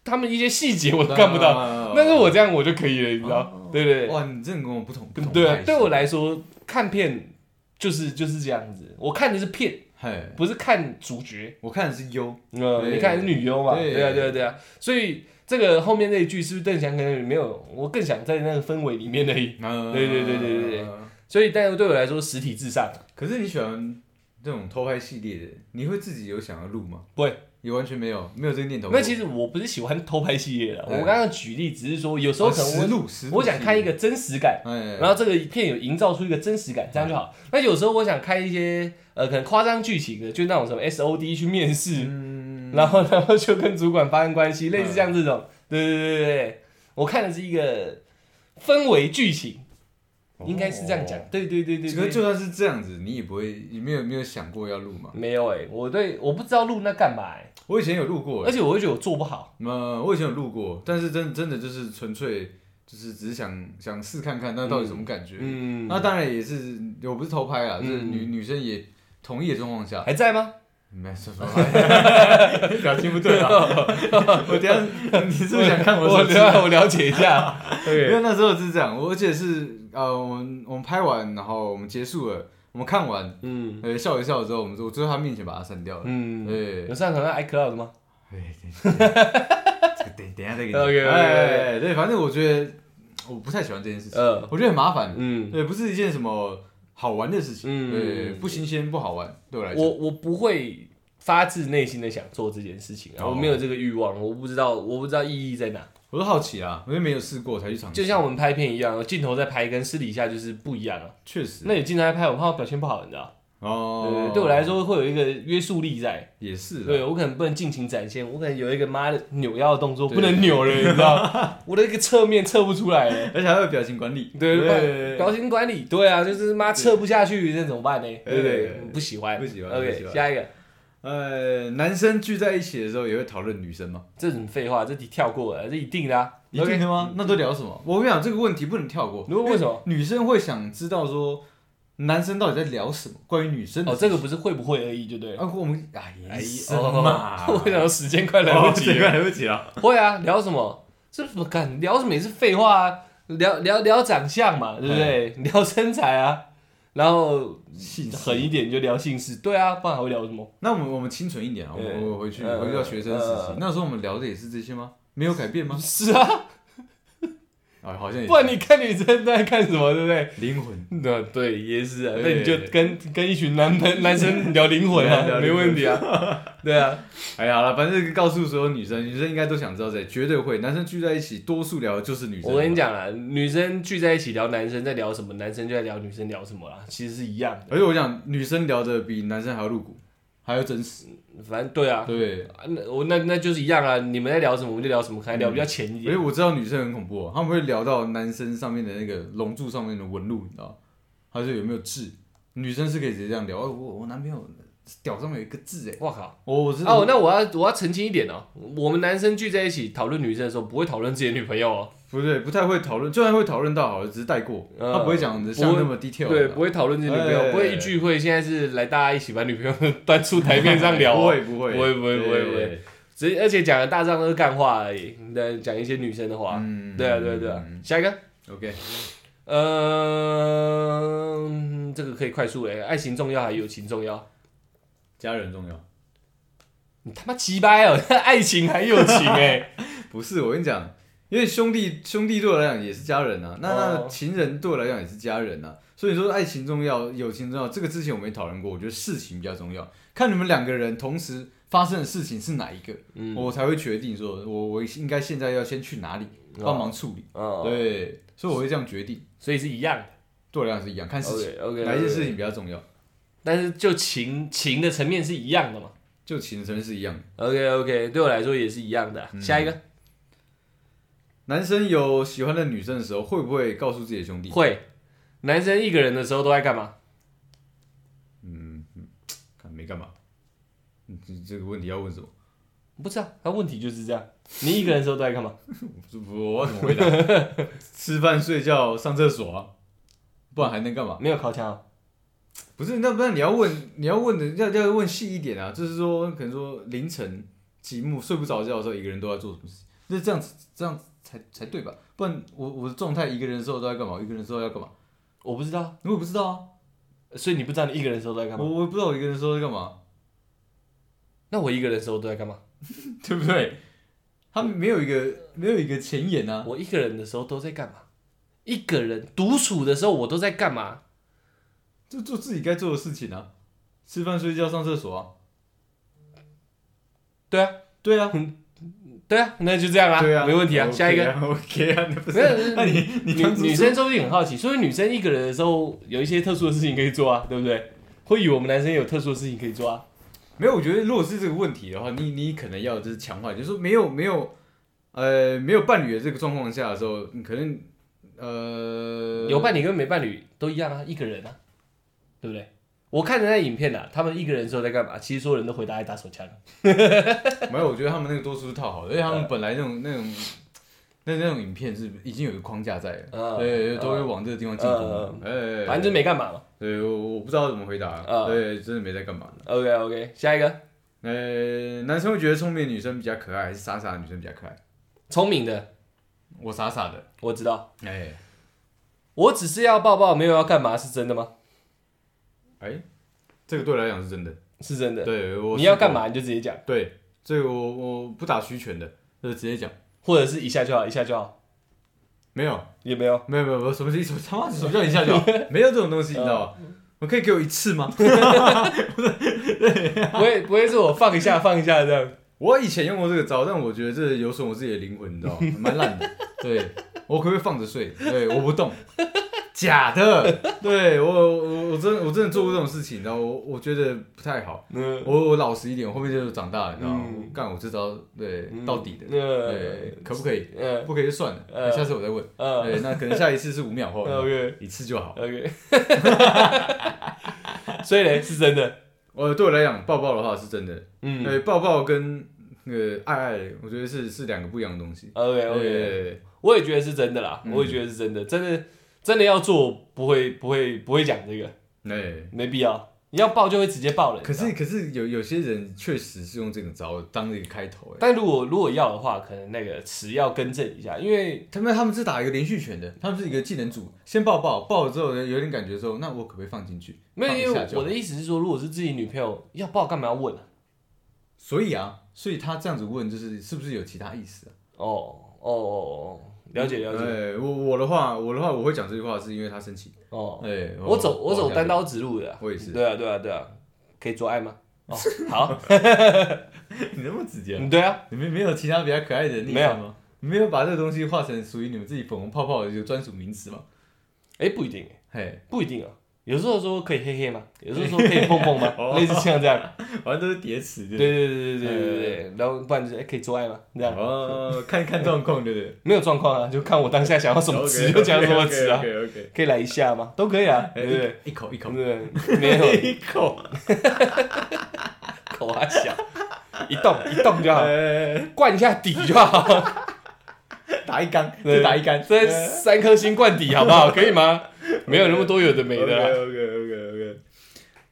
A: 他们一些细节我
B: 我
A: 都看不到，
B: 到
A: 但是我这样我就可以了，你知道
B: 嗯哦？
A: 对对
B: 哇，你真的跟我不同，不
A: 对，
B: 同
A: 对啊
B: 派，系
A: 对我，来说看片就是就是这样子，我看的是片，
B: 嘿，
A: 不是看主角，
B: 我看的是优，
A: 嗯，
B: 对
A: 你看是女优嘛，
B: 对
A: 对啊对啊对啊，所以这个后面那一句是不是邓翔可能没有，我更想在那个氛围里面而已。
B: 对
A: 嗯对对对对对对。所以，但是对我来说，实体至上。
B: 可是你喜欢这种偷拍系列的，你会自己有想要录吗？
A: 不会，
B: 也完全没有，没有这个念头过。
A: 那其实我不是喜欢偷拍系列的，
B: 对
A: 我刚刚举例只是说，有时候
B: 哦
A: 可
B: 实
A: 能
B: 录实
A: 我
B: 录，
A: 我想看一，个真实感，
B: 哎，
A: 然后这个片有营造出一个真实感，这样就好。那有时候我想看一些呃，可能夸张剧情的，就那种什么 S O D 去面试，
B: 嗯，
A: 然后然后就跟主管发生关系，类似
B: 嗯
A: 像这种。对对对对对，我看的是一个氛围剧情，应该是这样讲
B: 哦。。
A: 对对对对
B: 可
A: 对
B: 是就算是这样子，你也不会，你没有没有想过要录嘛？
A: 没有哎、我对我不知道录那干嘛哎、
B: 我以前有录过，
A: 而且我会觉得我做不好。
B: 呃，我以前有录过，但是真真的就是纯粹就是只是想想试看看，那到底什么感觉？
A: 嗯
B: 那当然也是，我不是偷拍啊，
A: 嗯
B: 就是女女生也同意的状况下，
A: 还在吗？
B: 没什么 表情不对啊。我等一下，你是不是想看我
A: 我
B: 手机？
A: 了我了解一 下。
B: 因
A: OK
B: 为那时候是这样，我而且是呃，我们我们拍完，然后我们结束了，我们看完，
A: 嗯
B: 呃，笑一笑之后，我们我就在他面前把它删掉了。
A: 嗯， 哎
B: 对
A: 有，上传到 iCloud 吗？
B: 对对对这个等等一下再给你。
A: OK，OK，OK
B: 哎对，反正我觉得我不太喜欢这件事情，
A: 呃，
B: 我觉得很麻烦，
A: 嗯，
B: 对，不是一件什么好玩的事情，
A: 嗯
B: 对，不新鲜不好玩，对我来
A: 我
B: 说，
A: 我不会发自内心的想做这件事情啊，
B: 哦
A: 我没有这个欲望，我不知道我不知道意义在哪。
B: 我都好奇啊，我就没有试过才去尝试。
A: 就像我们拍片一样，镜头在拍跟私底下就是不一样啊。
B: 确实
A: 那你镜头在拍，我怕我表现不好，你知道？对
B: 哦
A: 对，对我来说会有一个约束力在，
B: 也是啦，
A: 对我可能不能尽情展现，我可能有一个妈的扭腰的动作
B: 对
A: 不能扭了，你知道？ 我的一个侧面侧不出来了。
B: 而且还有表情管理，
A: 对，
B: 对
A: 表情管理，对啊，就是妈撤不下去，那怎么办呢？对不对
B: 对？
A: 不喜欢，
B: 不喜欢不喜
A: OK，
B: 欢
A: 下一个，
B: 呃，男生聚在一起的时候也会讨论女生吗？
A: 这种废话，这题跳过了，这一定的啊。
B: 一定的吗？那都聊什么？我跟你讲，这个问题不能跳过。
A: 如果为什么？
B: 女生会想知道说，男生到底在聊什么？关于女生的
A: 哦，这个不是会不会而已，就对了。
B: 啊，我们哎 呀，
A: 哎
B: 生 嘛，
A: 哦，我想时间快来不及
B: 哦这个
A: 了。
B: 来不及了。
A: 会啊，聊什么？这不敢聊什么也是废话啊，聊聊聊长相嘛，对不对？聊身材啊，然后
B: 性
A: 狠
B: 很，
A: 一点就聊性事，对啊，不然还会聊什么？
B: 那我们我们清纯一点啊，我们
A: 嗯
B: 我回去
A: 嗯
B: 回去到学生时期
A: 嗯，
B: 那时候我们聊的也是这些吗？没有改变吗？
A: 是啊，
B: 啊，好像也是
A: 不然你看女生都在看什么，对不对？
B: 灵魂
A: 那对也是啊，那
B: 对
A: 你就跟跟一群男男男生 聊灵魂
B: 聊
A: 啊，没
B: 灵魂
A: 问题啊，对啊，
B: 哎呀，好了，反正告诉所有女生，女生应该都想知道这，绝对会。男生聚在一起，多数聊的就是女生。
A: 我跟你，讲啦，女生聚在一起聊男生在聊什么，男生就在聊女生聊什么啦，其实是一样的，
B: 而且我讲，女生聊的比男生还要露骨，还要真实。
A: 反正对啊，
B: 对，
A: 啊那我那那就是一样啊，你们在聊什么我们就聊什么，可能聊比较浅一
B: 因为
A: 点，
B: 我知道女生很恐怖、哦，她们会聊到男生上面的那个龙柱上面的纹路，你知道吗？还是有没有痣？女生是可以直接这样聊。哦、我我男朋友屌上面有一个痣哎，
A: 我靠。
B: 我我是
A: 哦，那我要我要澄清一点哦，我们男生聚在一起讨论女生的时候，不会讨论自己的女朋友哦，
B: 不对，不太会讨论，就算会讨论到好了，只是带过，
A: 嗯
B: 她不会讲的像那么 detail
A: 对，
B: 的。
A: 不会讨论自己的女朋
B: 啊哎
A: 友，不会一聚会，现在是来大家一起把女朋友端出台面上聊
B: 哎不
A: 哦，
B: 会不会
A: 不会不会不会不会
B: 对
A: 只而且讲的大仗都是干话而已，对，讲一些女生的话，
B: 嗯
A: 对啊对啊对啊，下一个，
B: OK，
A: 呃，嗯这个可以快速哎，爱情重要还是友情重要？
B: 家人重要。
A: 你他妈鸡掰哦，爱情还友情哎，
B: 不是，我跟你讲，因为兄弟兄弟对我来讲也是家人啊，那
A: 哦
B: 那情人对我来讲也是家人啊，所以说爱情重要，友情重要，这个之前我们也讨论过，我觉得事情比较重要，看你们两个人同时发生的事情是哪一个，
A: 嗯
B: 我才会决定说我我应该现在要先去哪里帮忙处理，
A: 哦，
B: 对，所以我会这样决定，
A: 所以是一样的。
B: 对我来讲是一样，看事情
A: OK OK，
B: 哪一件事情比较重要，
A: 但是就情情的层面是一样的嘛。
B: 就情人层面是一样的，
A: OK OK，对我来说也是一样的啊。
B: 嗯
A: 下一个
B: 男生有喜欢的女生的时候，会不会告诉自己的兄弟？
A: 会，男生一个人的时候都在干嘛？
B: 看没干嘛。你这这个问题要问什么？
A: 不是啊，他问题就是这样。你一个人的时候都在干嘛？
B: 不不，我要怎么回答？吃饭、睡觉、上厕所啊，不然还能干嘛？
A: 没有靠墙啊。
B: 不是，那不然你要问，你要问的要要问细一点啊，就是说可能说凌晨寂寞睡不着觉的时候，一个人都在做什么事情？那这样子这样子才才对吧？不然我我的状态一个人的时候都在干嘛？我一个人的时候要干嘛？
A: 我不知道，
B: 我也不知道啊，
A: 所以你不知道你一个人的时候都在干
B: 我
A: 嘛？
B: 我也不知道我一个人的时候在干嘛，
A: 那我一个人的时候都在干嘛？
B: 对不对？他没有一个没有一个前言啊，
A: 我一个人的时候都在干嘛？一个人独处的时候我都在干嘛？
B: 就做自己该做的事情啊，吃饭、睡觉、上厕所啊。
A: 对啊，
B: 对啊，
A: 对啊，那就这样啦，
B: 对啊，
A: 没问题啊。
B: OK
A: 下一个，
B: ，OK 啊，那不
A: 没有
B: 是？那你你
A: 女
B: 当初
A: 女生说不定很好奇，所以女生一个人的时候有一些特殊的事情可以做啊，对不对？会以为我们男生有特殊的事情可以做啊。
B: 没有？我觉得如果是这个问题的话，你你可能要就是强化，就是说没有没有呃没有伴侣的这个状况下的时候，你可能呃
A: 有伴侣跟没伴侣都一样啊，一个人啊，对不对？我看人家影片啊，他们一个人的时候在干嘛？其实所有人都回答在打手枪。
B: 没有？我觉得他们那个多数是套好的，因为他们本来那种那种那那种影片是已经有一个框架在了，
A: 嗯
B: 对，
A: 嗯
B: 都会往这个地方进攻
A: 嗯，
B: 哎，
A: 反正就没干嘛嘛。
B: 对，我我不知道怎么回答，
A: 嗯
B: 对，真的没在干嘛。
A: OK OK，下一个
B: 呃，男生会觉得聪明的女生比较可爱，还是傻傻的女生比较可爱？
A: 聪明的，
B: 我傻傻的，
A: 我知道，
B: 哎、
A: 我只是要抱抱，没有要干嘛，是真的吗？
B: 哎、这个对我来讲是真的。
A: 是真的。
B: 对，我
A: 你要
B: 试过
A: 干？嘛你就直接讲，
B: 对，这个我我不打虚全的，就直接讲。
A: 或者是一下就好，一下就好，
B: 没有，
A: 也没有。
B: 没有，没有，没有什么意思？他妈什么叫一下就好？ 嗯没有这种东西，你知道吧？我可以给我一次吗？
A: 不会不会是我放一下放一下这 样。
B: 我以前用过这个招，但我觉得这有损我自己的灵魂，你知道吗？ 蛮烂的。对，我可不可以放着睡？对，我不动， 假的。对我，我我真的我真的做过这种事情，你知道吗，我我觉得不太好。
A: 嗯，
B: 我我老实一点，我后面就是长大了，你知道吗？
A: 嗯
B: 我干我这招，对，
A: 嗯
B: 到底的，对
A: 嗯，
B: 可不可以？
A: 嗯
B: 不可以就算了，
A: 呃
B: 下次我再问。
A: 嗯
B: 对，那可能下一次是五秒后，
A: ，OK
B: 一次就好。
A: OK，所以嘞是真的。
B: 呃，对我来讲，抱抱的话是真的，
A: 嗯
B: 对，抱抱跟那个爱爱，我觉得是是两个不一样的东西。
A: ，OK OK。
B: 对，
A: 我也觉得是真的啦，
B: 嗯
A: 我也觉得是真的，真的真的要做不会不会不会讲这个，
B: 哎，
A: 没必要。你要爆就会直接爆了。
B: 可
A: 你
B: 是
A: 知道，
B: 可是有有些人确实是用这种招当一个开头，哎，
A: 但如果如果要的话，可能那个词要更正一下，因为
B: 他们他们是打一个连续拳的，他们是一个技能组，先抱抱，抱了之后有点感觉之后，那我可不可以放进去？
A: 没有，
B: 放一
A: 因
B: 下
A: 为
B: 就好
A: 我的意思是说，如果是自己女朋友要爆，干嘛要问啊？
B: 所以啊，所以他这样子问，就是是不是有其他意思啊？
A: 哦哦哦，哦了解了解。
B: 哎，我我的话，我的话，我会讲这句话是因为他生气。
A: 哦，
B: 哎，
A: 我走我走单，刀直入的啊。
B: 我也 是
A: 对啊对啊对啊，可以做爱吗？ 哦，好，
B: 你那么直接啊，
A: 嗯对啊，
B: 你们没有其他比较可爱的例
A: 没有
B: 子吗？你没有把这个东西化成属于你们自己粉红泡泡的一个专属名词吗？
A: 哎不一定，
B: 嘿，
A: 不一定啊。有时候说可以嘿嘿吗？有时候说可 以碰碰吗？
B: 哦
A: 类似像这样。
B: 反正都是叠词，
A: 对对对
B: 对
A: 对对对对对，然后不然就是、哎可以做爱吗？这样
B: 哦，看看状况，对 不对？
A: 没有状况啊，就看我当下想要什么词就讲什么词啊，
B: ？OK OK，
A: 可以来一下吗？都可以啊，对不对？
B: 一口一口，
A: 对不对，没有
B: 一口，
A: 口啊小，一动一动就好，
B: 哎，
A: 灌一下底就好，
B: 打一缸，
A: 对
B: 再打一缸，
A: 这三颗星灌底好不好？可以吗？没有那么多有的没的啦。
B: OK OK OK。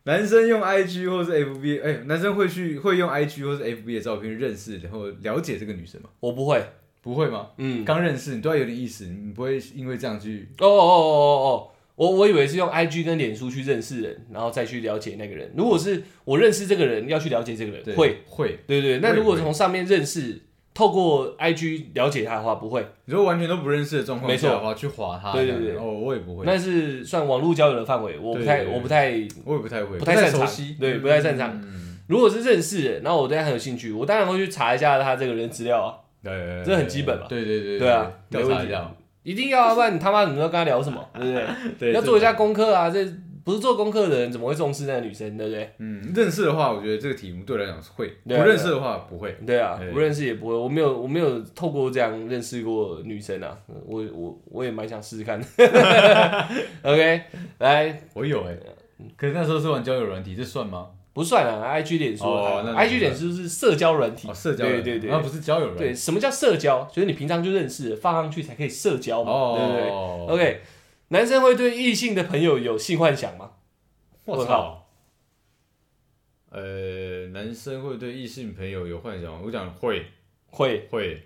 B: 男生用 IG 或是 FB，哎、男生会去会用 IG 或是 FB 的照片认识，然后了解这个女生吗？
A: 我不会，
B: 不会吗？
A: 嗯，
B: 刚认识，你对她有点意思，你不会因为这样去
A: 哦哦哦哦哦，我我以为是用 IG 跟脸书去认识人，然后再去了解那个人。如果是我认识这个人，要去了解这个人，会
B: 会
A: 对对，那如果
B: 会
A: 从上面认识，透过 IG 了解他的话，不会，
B: 如果完全都不认识的状况
A: 没错
B: 下的话，去划它，
A: 对对对
B: 这样子哦，我也不会，
A: 那是算网络交友的范围，我不太
B: 对对对
A: 我不太
B: 我也不太会，
A: 不太
B: 太
A: 擅长
B: 熟悉，
A: 对不太擅长
B: 嗯。嗯嗯
A: 如果是认识的，然后我对他很有兴趣，我当然会去查一下他这个人资料啊，
B: 对对对
A: 这很基本嘛
B: 呃对对对
A: 对啊
B: 调
A: 没
B: 查
A: 问
B: 一
A: 题
B: 下，
A: 一定 要啊，不然你他妈怎么知道跟他聊什么，对不对？
B: 对
A: 要做一下，功课啊，这不是做功课的人怎么会重视那个女生，对不对？
B: 嗯，认识的话，我觉得这个题目对我来讲是会，不
A: 对啊
B: 认识的话不会，
A: 对啊
B: 嗯对，
A: 不认识也不会，我没有我没有透过这样认识过女生啊，我我我也蛮想试试看。OK，来
B: 我有
A: 欸
B: 哎，可是那时候是玩交友软体，这算吗？
A: 不算啊，IG 脸书、
B: 哦那
A: i g 脸书是社交软体，
B: 哦，社交
A: 嗯对
B: 软体，
A: 对对
B: 那不是交友软体
A: 对，，什么叫社交？就是你平常就认识，放上去才可以社交嘛，对不对
B: 哦
A: ？OK，男生会对异性的朋友有性幻想吗？
B: 我
A: 问
B: 操！呃，男生会对异性朋友有幻想吗？我讲会
A: 会
B: 会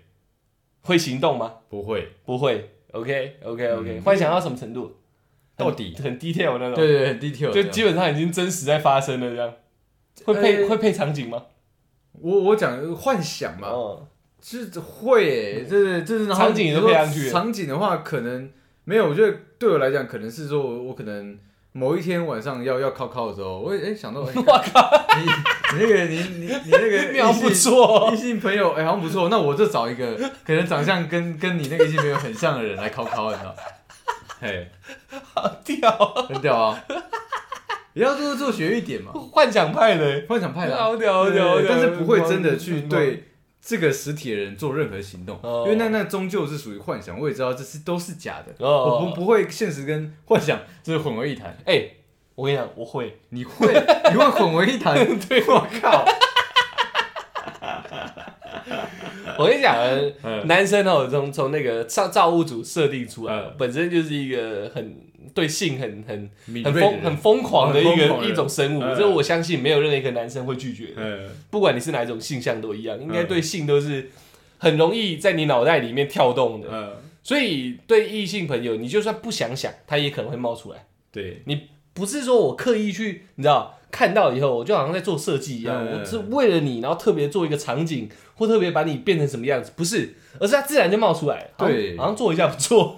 A: 会行动吗？
B: 不会？
A: 不会。OK OK OK，、
B: 嗯
A: 幻想到什么程度？
B: 到底
A: 很 detail 那种。
B: 对对对，detail
A: 就
B: 这样
A: 基本上已经真实在发生了这样。会配、
B: 呃
A: 会配场景吗？
B: 我我讲幻想嘛，
A: 哦，
B: 是会欸，这这是然后
A: 嗯场景也都
B: 你说
A: 配上去了
B: 场景的话，可能没有，我觉得对我来讲，可能是说我我可能某一天晚上要要靠靠的时候，我也哎想到，我 靠，你你那个你你你那个
A: 妙不
B: 异性
A: 错，
B: 异性朋友，哎、好像不错。那我就找一个可能长相跟跟你那个异性朋友很像的人来考考，你知道吗？嘿，
A: 好屌，
B: 很屌啊！也要多做学一点嘛，
A: 幻想派的，
B: 幻想派啊啦，
A: 好屌好屌，好
B: 对
A: 屌
B: 但是不会真的去。对这个实体的人做任何行动，
A: 哦
B: 因为那那终究是属于幻想。我也知道这是都是假的，
A: 哦
B: 我不不会现实跟幻想就是混为一谈。
A: 哎、我跟你讲，我会，
B: 你会 你会混为一谈？ 对，我靠，
A: 我跟你讲，呃
B: 嗯
A: 男生哦，从从那个造造物主设定出来，
B: 嗯
A: 本身就是一个很对性很很
B: 敏锐
A: 很
B: 的
A: 疯
B: 人
A: 很疯狂的一
B: 很疯
A: 个
B: 狂的人
A: 一种生物，
B: 嗯
A: 这我相信没有任何一个男生会拒绝的。
B: 嗯，
A: 不管你是哪一种性向都一样，应该对性都是很容易在你脑袋里面跳动的。
B: 嗯，
A: 所以对异性朋友，你就算不想想，他也可能会冒出来。
B: 对，
A: 不是说我刻意去，你知道，看到以后我就好像在做设计一样，
B: 嗯
A: 我是为了你，然后特别做一个场景，或特别把你变成什么样子，不是，而是他自然就冒出来，好像
B: 对
A: 好像做一下不 错。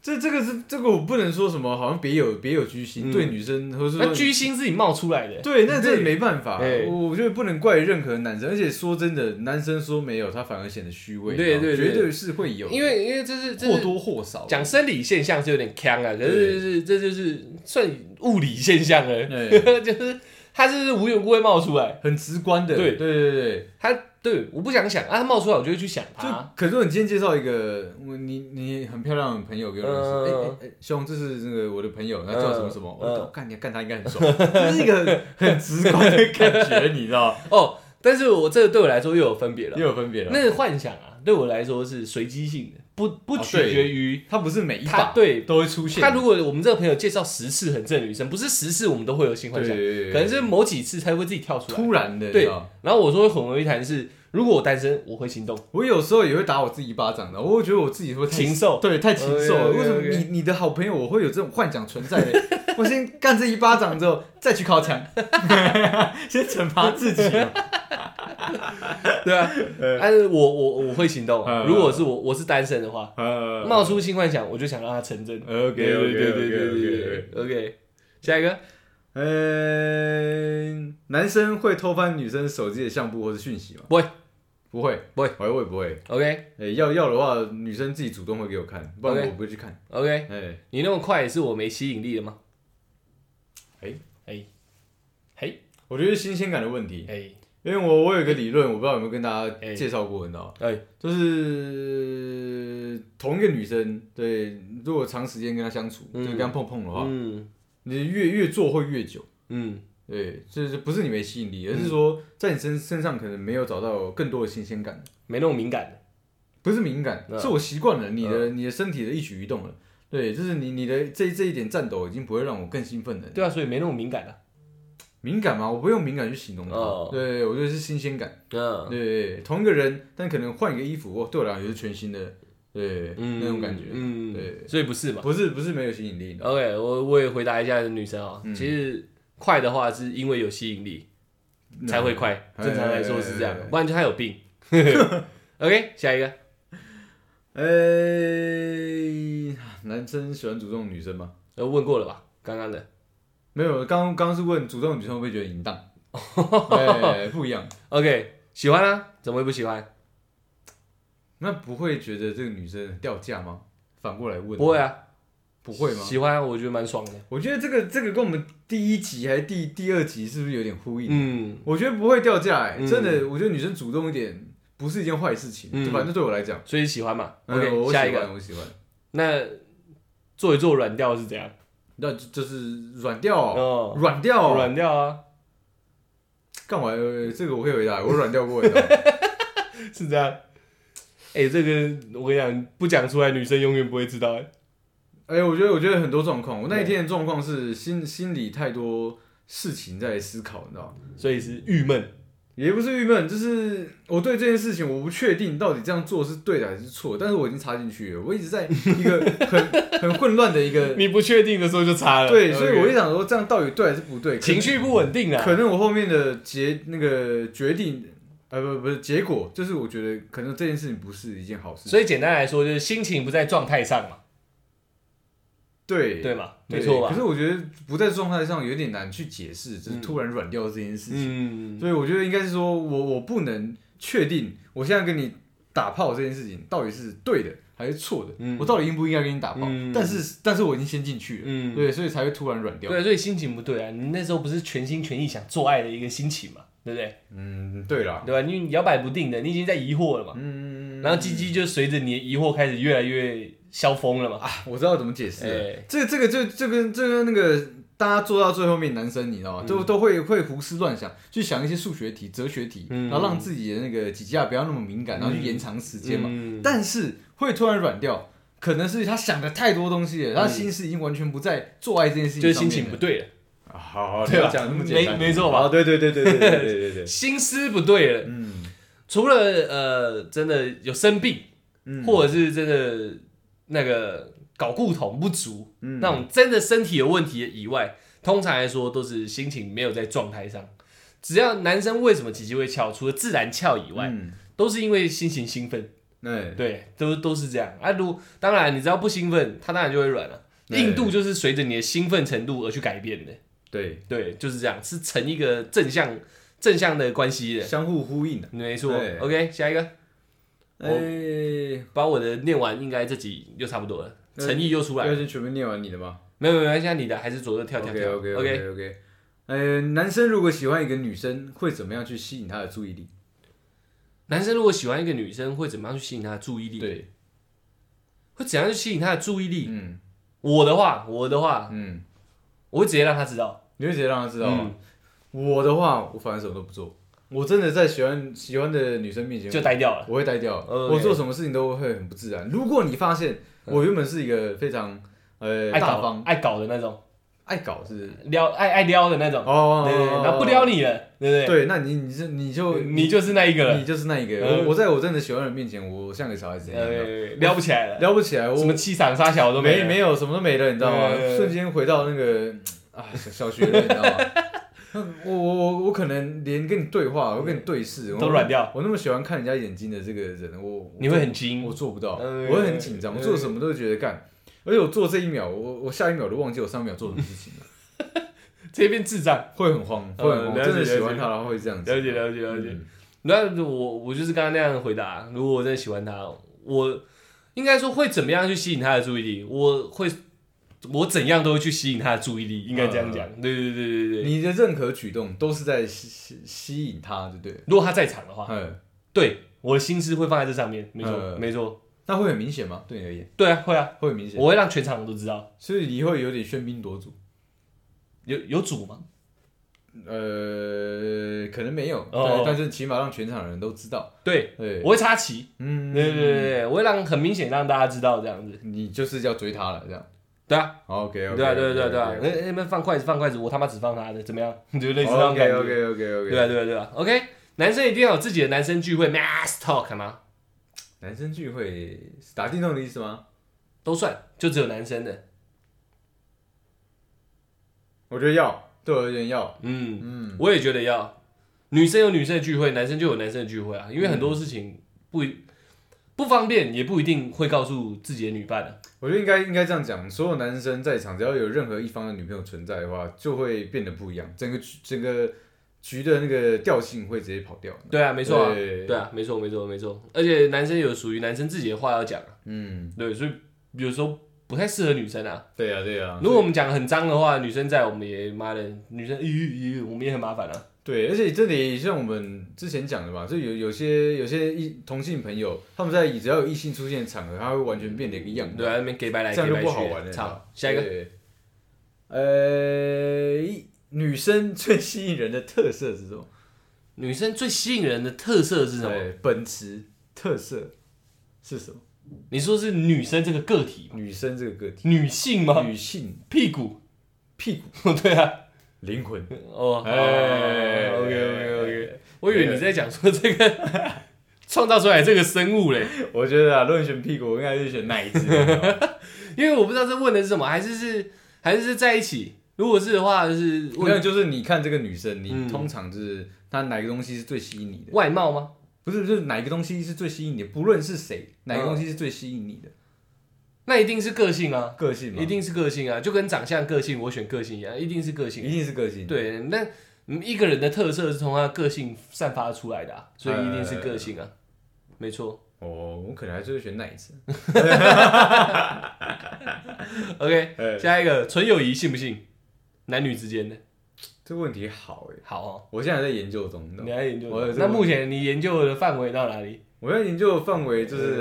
B: 这这个是这个我不能说什么，好像别有别有居心，
A: 嗯
B: 对女生或者
A: 那
B: 说
A: 居心自己冒出来的，
B: 对，哎那这没办法，
A: 对
B: 我我觉得不能怪任何男生，而且说真的，男生说没有，他反而显得虚伪，
A: 对
B: 你知道
A: 对
B: 吗
A: 对
B: 绝对是会有的，
A: 因为因为这是这
B: 或
A: 是
B: 多或少
A: 讲生理现象是有点坑啊，可是就是这就是算物理现象了，
B: 对
A: 就是它是无缘无故会冒出来，
B: 很直观的，
A: 对
B: 对对对
A: 它对我不想想啊，它冒出来我就会去想啊
B: 就
A: 它，
B: 可是我你今天介绍一个我你你很漂亮的朋友给我认识，哎
A: 嗯
B: 哎哎，兄，这是那个我的朋友，他叫什么什么，
A: 嗯
B: 我
A: 嗯
B: 我干你干他应该很爽，这是一个很很直观的感觉，你知道，
A: 哦，但是我这个对我来说又有分别了
B: 也，有分别了，
A: 那个幻想啊，对我来说是随机性的，不不
B: 哦
A: 取
B: 对
A: 决于
B: 他不是每一
A: 他
B: 把
A: 对
B: 都会出现的，
A: 他如果我们这个朋友介绍十次很正的女生，不是十次我们都会有性幻
B: 对
A: 想，
B: 对对对
A: 可能是某几次才会自己跳出来，
B: 突然的，
A: 对
B: 你知道
A: 然后我说会混为一谈是，如果我单身我会心动，
B: 我有时候也会打我自己一巴掌的，我会觉得我自己会太
A: 禽兽
B: 对，太禽兽了。
A: OK，OK，OK
B: 为什么你你的好朋友我会有这种幻想存在的？我先干这一巴掌之后，再去靠墙， 先惩罚自己。啊
A: 对啊，但是我我我会行动啊。
B: 嗯
A: 如果是我我是单身的话，
B: 呃
A: 冒出新幻想，我就想让它成真。
B: OK
A: 对对对对对对对，OK。下一个，
B: 嗯，男生会偷翻女生手机的相簿或是讯息吗？
A: 不会，
B: 不会，哎
A: 不会，
B: 我也不会。
A: OK
B: 哎，要要的话，女生自己主动会给我看，不然
A: OK
B: 我不会去看。
A: OK，
B: 哎，
A: 你那么快是我没吸引力了吗？
B: 哎
A: 哎嘿
B: 我觉得是新鲜感的问题，
A: 哎
B: 因为我我有一个理论，我不知道有没有跟大家
A: 哎
B: 介绍过，你知道吗？
A: 哎，
B: 就是同一个女生，对，如果长时间跟她相处，
A: 嗯
B: 就跟她碰碰的话，
A: 嗯
B: 你越越做会越久。
A: 嗯
B: 对，就是不是你没吸引力，而是说在你身身上可能没有找到更多的新鲜感，
A: 没那么敏感，
B: 不是敏感，
A: 嗯
B: 是我习惯了你的、你的身体的一举一动了。对，就是你你的这这一点颤抖已经不会让我更兴奋了。
A: 对啊，所以没那么敏感了。
B: 敏感嘛，我不用敏感去形容它。
A: 哦
B: 对，我觉得是新鲜感。
A: 嗯
B: 对，同一个人，但可能换一个衣服，哦，对我来讲也是全新的，对，
A: 嗯，
B: 那种感觉。
A: 嗯，哦
B: 对
A: 所以不是嘛
B: 不是不是没有吸引力的，
A: ？OK，我我也回答一下女生啊，
B: 嗯
A: 其实快的话是因为有吸引力，才会快。
B: 嗯
A: 正常来说是这样
B: 哎哎哎，
A: 不然就他有病。 OK，下一个，
B: 哎、男生喜欢主动的女生吗？
A: 呃，问过了吧？刚刚的，
B: 没有，刚刚是问主动的女生会不会觉得淫荡？哎、不一样，
A: OK，喜欢啊，怎么会不喜欢？
B: 那不会觉得这个女生掉价吗？反过来问，
A: 不会啊，
B: 不会吗？
A: 喜欢啊，我觉得蛮爽的。
B: 我觉得这个这个跟我们第一集还是第第二集是不是有点呼应？
A: 嗯，
B: 我觉得不会掉价、哎、
A: 嗯
B: 真的，我觉得女生主动一点不是一件坏事情，
A: 嗯
B: 就反正对我来讲、
A: 所以喜欢嘛。
B: 哎我
A: OK，
B: 我
A: 下
B: 喜
A: 一个，
B: 欢我喜欢，
A: 那做一做软调是怎样？
B: 那就就是软掉哦、
A: 哦，
B: 软掉哦、
A: 软调啊，
B: 干嘛？呃这个我可以回答，我软掉 过。你知道吗
A: 是这样。哎，这个我跟你讲，不讲出来，女生永远不会知道。哎
B: 哎、我觉得我觉得很多状况，我那一天的状况是心心里太多事情在思考，你知道吗？
A: 所以是郁闷。
B: 也不是郁闷，就是我对这件事情我不确定到底这样做是对的还是错，但是我已经插进去了，我一直在一个很 很混乱的一 个
A: 你不确定的时候就差了。
B: 对，所以
A: OK
B: 我就想说这样到底对还是不对？可
A: 情绪不稳 定啊。
B: 可能我后面的结那个决定，呃不不是结果，就是我觉得可能这件事情不是一件好事，
A: 所以简单来说，就是心情不在状态上嘛，
B: 对
A: 对嘛？没错啊吧？
B: 可是我觉得不在状态上有点难去解释，就是
A: 嗯
B: 突然软掉这件事情。
A: 嗯，
B: 所以我觉得应该是说我我不能确定我现在跟你打炮这件事情到底是对的还是错的，
A: 嗯
B: 我到底应不应该跟你打炮？
A: 嗯
B: 但是但是我已经先进去了，
A: 嗯，
B: 对，所以才会突然软掉。
A: 对，所以心情不对啊。你那时候不是全心全意想做爱的一个心情嘛，对不对？
B: 嗯，对啦，
A: 对吧？因为你摇摆不定的，你已经在疑惑了嘛，
B: 嗯，
A: 然后鸡鸡就随着你的疑惑开始越来越消风了嘛。
B: 啊，我知道怎么解释了、
A: 哎
B: 这这个这这跟这跟那个大家做到最后面，男生你知道吗？都都会会胡思乱想，去想一些数学题、哲学题，
A: 嗯
B: 然后让自己的那个几下不要那么敏感，然后去延长时间嘛。
A: 嗯
B: 但是会突然软掉，可能是他想的太多东西了，他的心思已经完全不在做爱这件事情
A: 就是
B: 上面
A: 心情不
B: 了。
A: 对了，
B: 啊好好，
A: 对吧
B: 不要讲那么简单，
A: 没没错吧
B: 啊对对对对对对对对对对，
A: 心思不对了。
B: 嗯
A: 除了呃，真的有生病，
B: 嗯
A: 或者是真的那个睾固酮不足、
B: 嗯
A: 那种真的身体有问题的以外，通常来说都是心情没有在状态上。只要男生为什么鸡鸡会翘，除了自然翘以外，
B: 嗯，
A: 都是因为心情兴奋。
B: 哎，
A: 对，都都是这样啊。如当然，你只要不兴奋，它当然就会软了、
B: 对
A: 硬度就是随着你的兴奋程度而去改变的，
B: 对，
A: 对，就是这样，是成一个正向正向的关系的，
B: 相互呼应的。
A: 没错
B: 对。
A: OK，下一个，
B: 哎，
A: 把我的念完，应该这集就差不多了，
B: 嗯
A: 诚意又出来
B: 要
A: 了。
B: 先全部念完你的吗
A: 没有没有，现在你的还是左右跳跳
B: ？OK
A: 跳。
B: OK OK OK。呃，男生如果喜欢一个女生，会怎么样去吸引她的注意力？
A: 男生如果喜欢一个女生，会怎么样去吸引她的注意力？
B: 对，
A: 会怎样去吸引她的注意力？
B: 嗯
A: 我的话，我的话，
B: 嗯，
A: 我会直接让她知道。
B: 你会直接让她知道吗
A: 嗯？
B: 我的话，我反正什么都不做。我真的在喜欢喜欢的女生面前，
A: 就呆掉了。
B: 我会呆掉。
A: OK 嗯
B: 我做什么事情都会很不自然。如果你发现我原本是一个非常呃
A: 爱
B: 大
A: 搞
B: 方、
A: 爱搞的那种，
B: 爱搞是不是
A: 撩爱爱撩的那种。
B: 哦
A: 对对对，然后不撩你了，对不
B: 对，那你你是你就
A: 对？你就是那一个了，
B: 你就是那一个。
A: 嗯
B: 我我在我真的喜欢的人面前，我像个小孩子一样，
A: 呃，撩不起来了，
B: 撩不起啊来，我
A: 什么气场杀小都
B: 没
A: 没
B: 没
A: 了，
B: 有什么都没了，你知道吗？
A: 对对对
B: 瞬间回到那个啊小小学了，你知道吗？ 我我我我可能连跟你对话，我跟你对视，我
A: 都软掉。
B: 我那么喜欢看人家眼睛的这个人，我我
A: 你会很精
B: 我，做不到，
A: 嗯
B: 我会很紧张，
A: 嗯
B: 我做什么都会觉得干，而且我做这一秒，我我下一秒都忘记我上一秒做什么事情 了，
A: 这边智障，
B: 会很慌，会很
A: 嗯
B: 慌，
A: 了解
B: 真的喜
A: 了
B: 欢
A: 解
B: 他，然后会这样子，
A: 了解了解了解。
B: 嗯
A: 那我我就是刚刚那样回答，如果我真的喜欢他，我应该说会怎么样去吸引他的注意力？我会我怎样都会去吸引他的注意力，应该这样
B: 嗯
A: 讲。对对对对对对，
B: 你的任何举动都是在吸吸吸引他，对不对了？
A: 如果他在场的话，
B: 嗯，
A: 对我的心思会放在这上面，没错
B: 嗯
A: 没错，
B: 那会很明显吗？对你而言，
A: 对啊会啊，
B: 会很明显，
A: 我会让全场都知道，
B: 所以你会有点喧宾夺主，
A: 有有主吗？
B: 呃，可能没有，
A: 哦
B: 对，但是起码让全场人都知道，
A: 对，
B: 对，
A: 我会插旗。
B: 嗯，
A: 对对对，对，我会让很明显让大家知道这样子。
B: 你就是要追他了，这样
A: 对啊，
B: ，OK，
A: 对啊，对啊对啊对啊，那那边放筷子放筷子，我他妈只放他的，怎么样？ 就类似那种感
B: OK
A: 觉。
B: OK OK OK，
A: 对啊对啊对啊，OK，男生一定要有自己的男生聚会，mass talk 吗？
B: 男生聚会是打电动的意思吗？
A: 都算，就只有男生的。
B: 我觉得要，对我而言要。
A: 嗯嗯，我也觉得要。女生有女生的聚会，男生就有男生的聚会啊，因为很多事情不一不方便也不一定会告诉自己的女伴啊的、
B: 我觉得应该应该这样讲，所有男生在场，只要有任何一方的女朋友存在的话，就会变得不一样，整个局整个局的那个调性会直接跑掉。
A: 对啊，没错啊，
B: 对
A: 对啊，没错，没错，没错。而且男生有属于男生自己的话要讲啊，
B: 嗯，
A: 对，所以有时候不太适合女生啊。
B: 对啊，对啊，
A: 如果我们讲很脏的话，女生在我们也妈的，女生咦咦，我们也很麻烦啊。
B: 对，而且这里像我们之前讲的嘛，就有有些有些异同性朋友，他们在只要有异性出现的场合，他会完全变得一个样子
A: 对，啊，那边给白来
B: 这样
A: 给白
B: 就不好玩
A: 去，
B: 了。
A: 操！下一个，
B: 对。呃，女生最吸引人的特色是什么？
A: 女生最吸引人的特色是什么？
B: 对，本质特色是什么？
A: 你说是女生这个个体吗，
B: 女生这个个 体，
A: 女性吗？
B: 女性
A: 屁股，
B: 屁股
A: 对啊，
B: 灵魂，
A: 哦，
B: 哎
A: o k OK OK，我以为你在讲说这个创造出来这个生物嘞，
B: 我觉得啊，论选屁股，我应该是选哪一只？有没有
A: 因为我不知道这问的是什么，还是是还是是在一起？如果是的话，是
B: 没有，
A: 问
B: 就是你看这个女
A: 嗯
B: 生，你通常就是她哪个东西是最吸引你的？
A: 外貌吗？
B: 不是，就是哪个东西是最吸引你的？不论是谁，哪个东西是最吸引你的？
A: 那一定是个性啊，
B: 个性吗？
A: 一定是个性啊，就跟长相、个性，我选个性一样，一定是个性。
B: 一定是个性。，
A: 对，那嗯一个人的特色是从他的个性散发出来的、啊，所以一定是个性啊，没错。
B: 哦，我可能还是会选那一只。
A: OK，
B: 哎
A: 下一个纯友谊信不信？男女之间的，
B: 这个问题好哎，
A: 好哦，
B: 我现在在研究中，你知道
A: 你
B: 吗
A: 来研究
B: 我有。这个
A: 那目前你研究的范围到哪里？
B: 我要研究的范围就是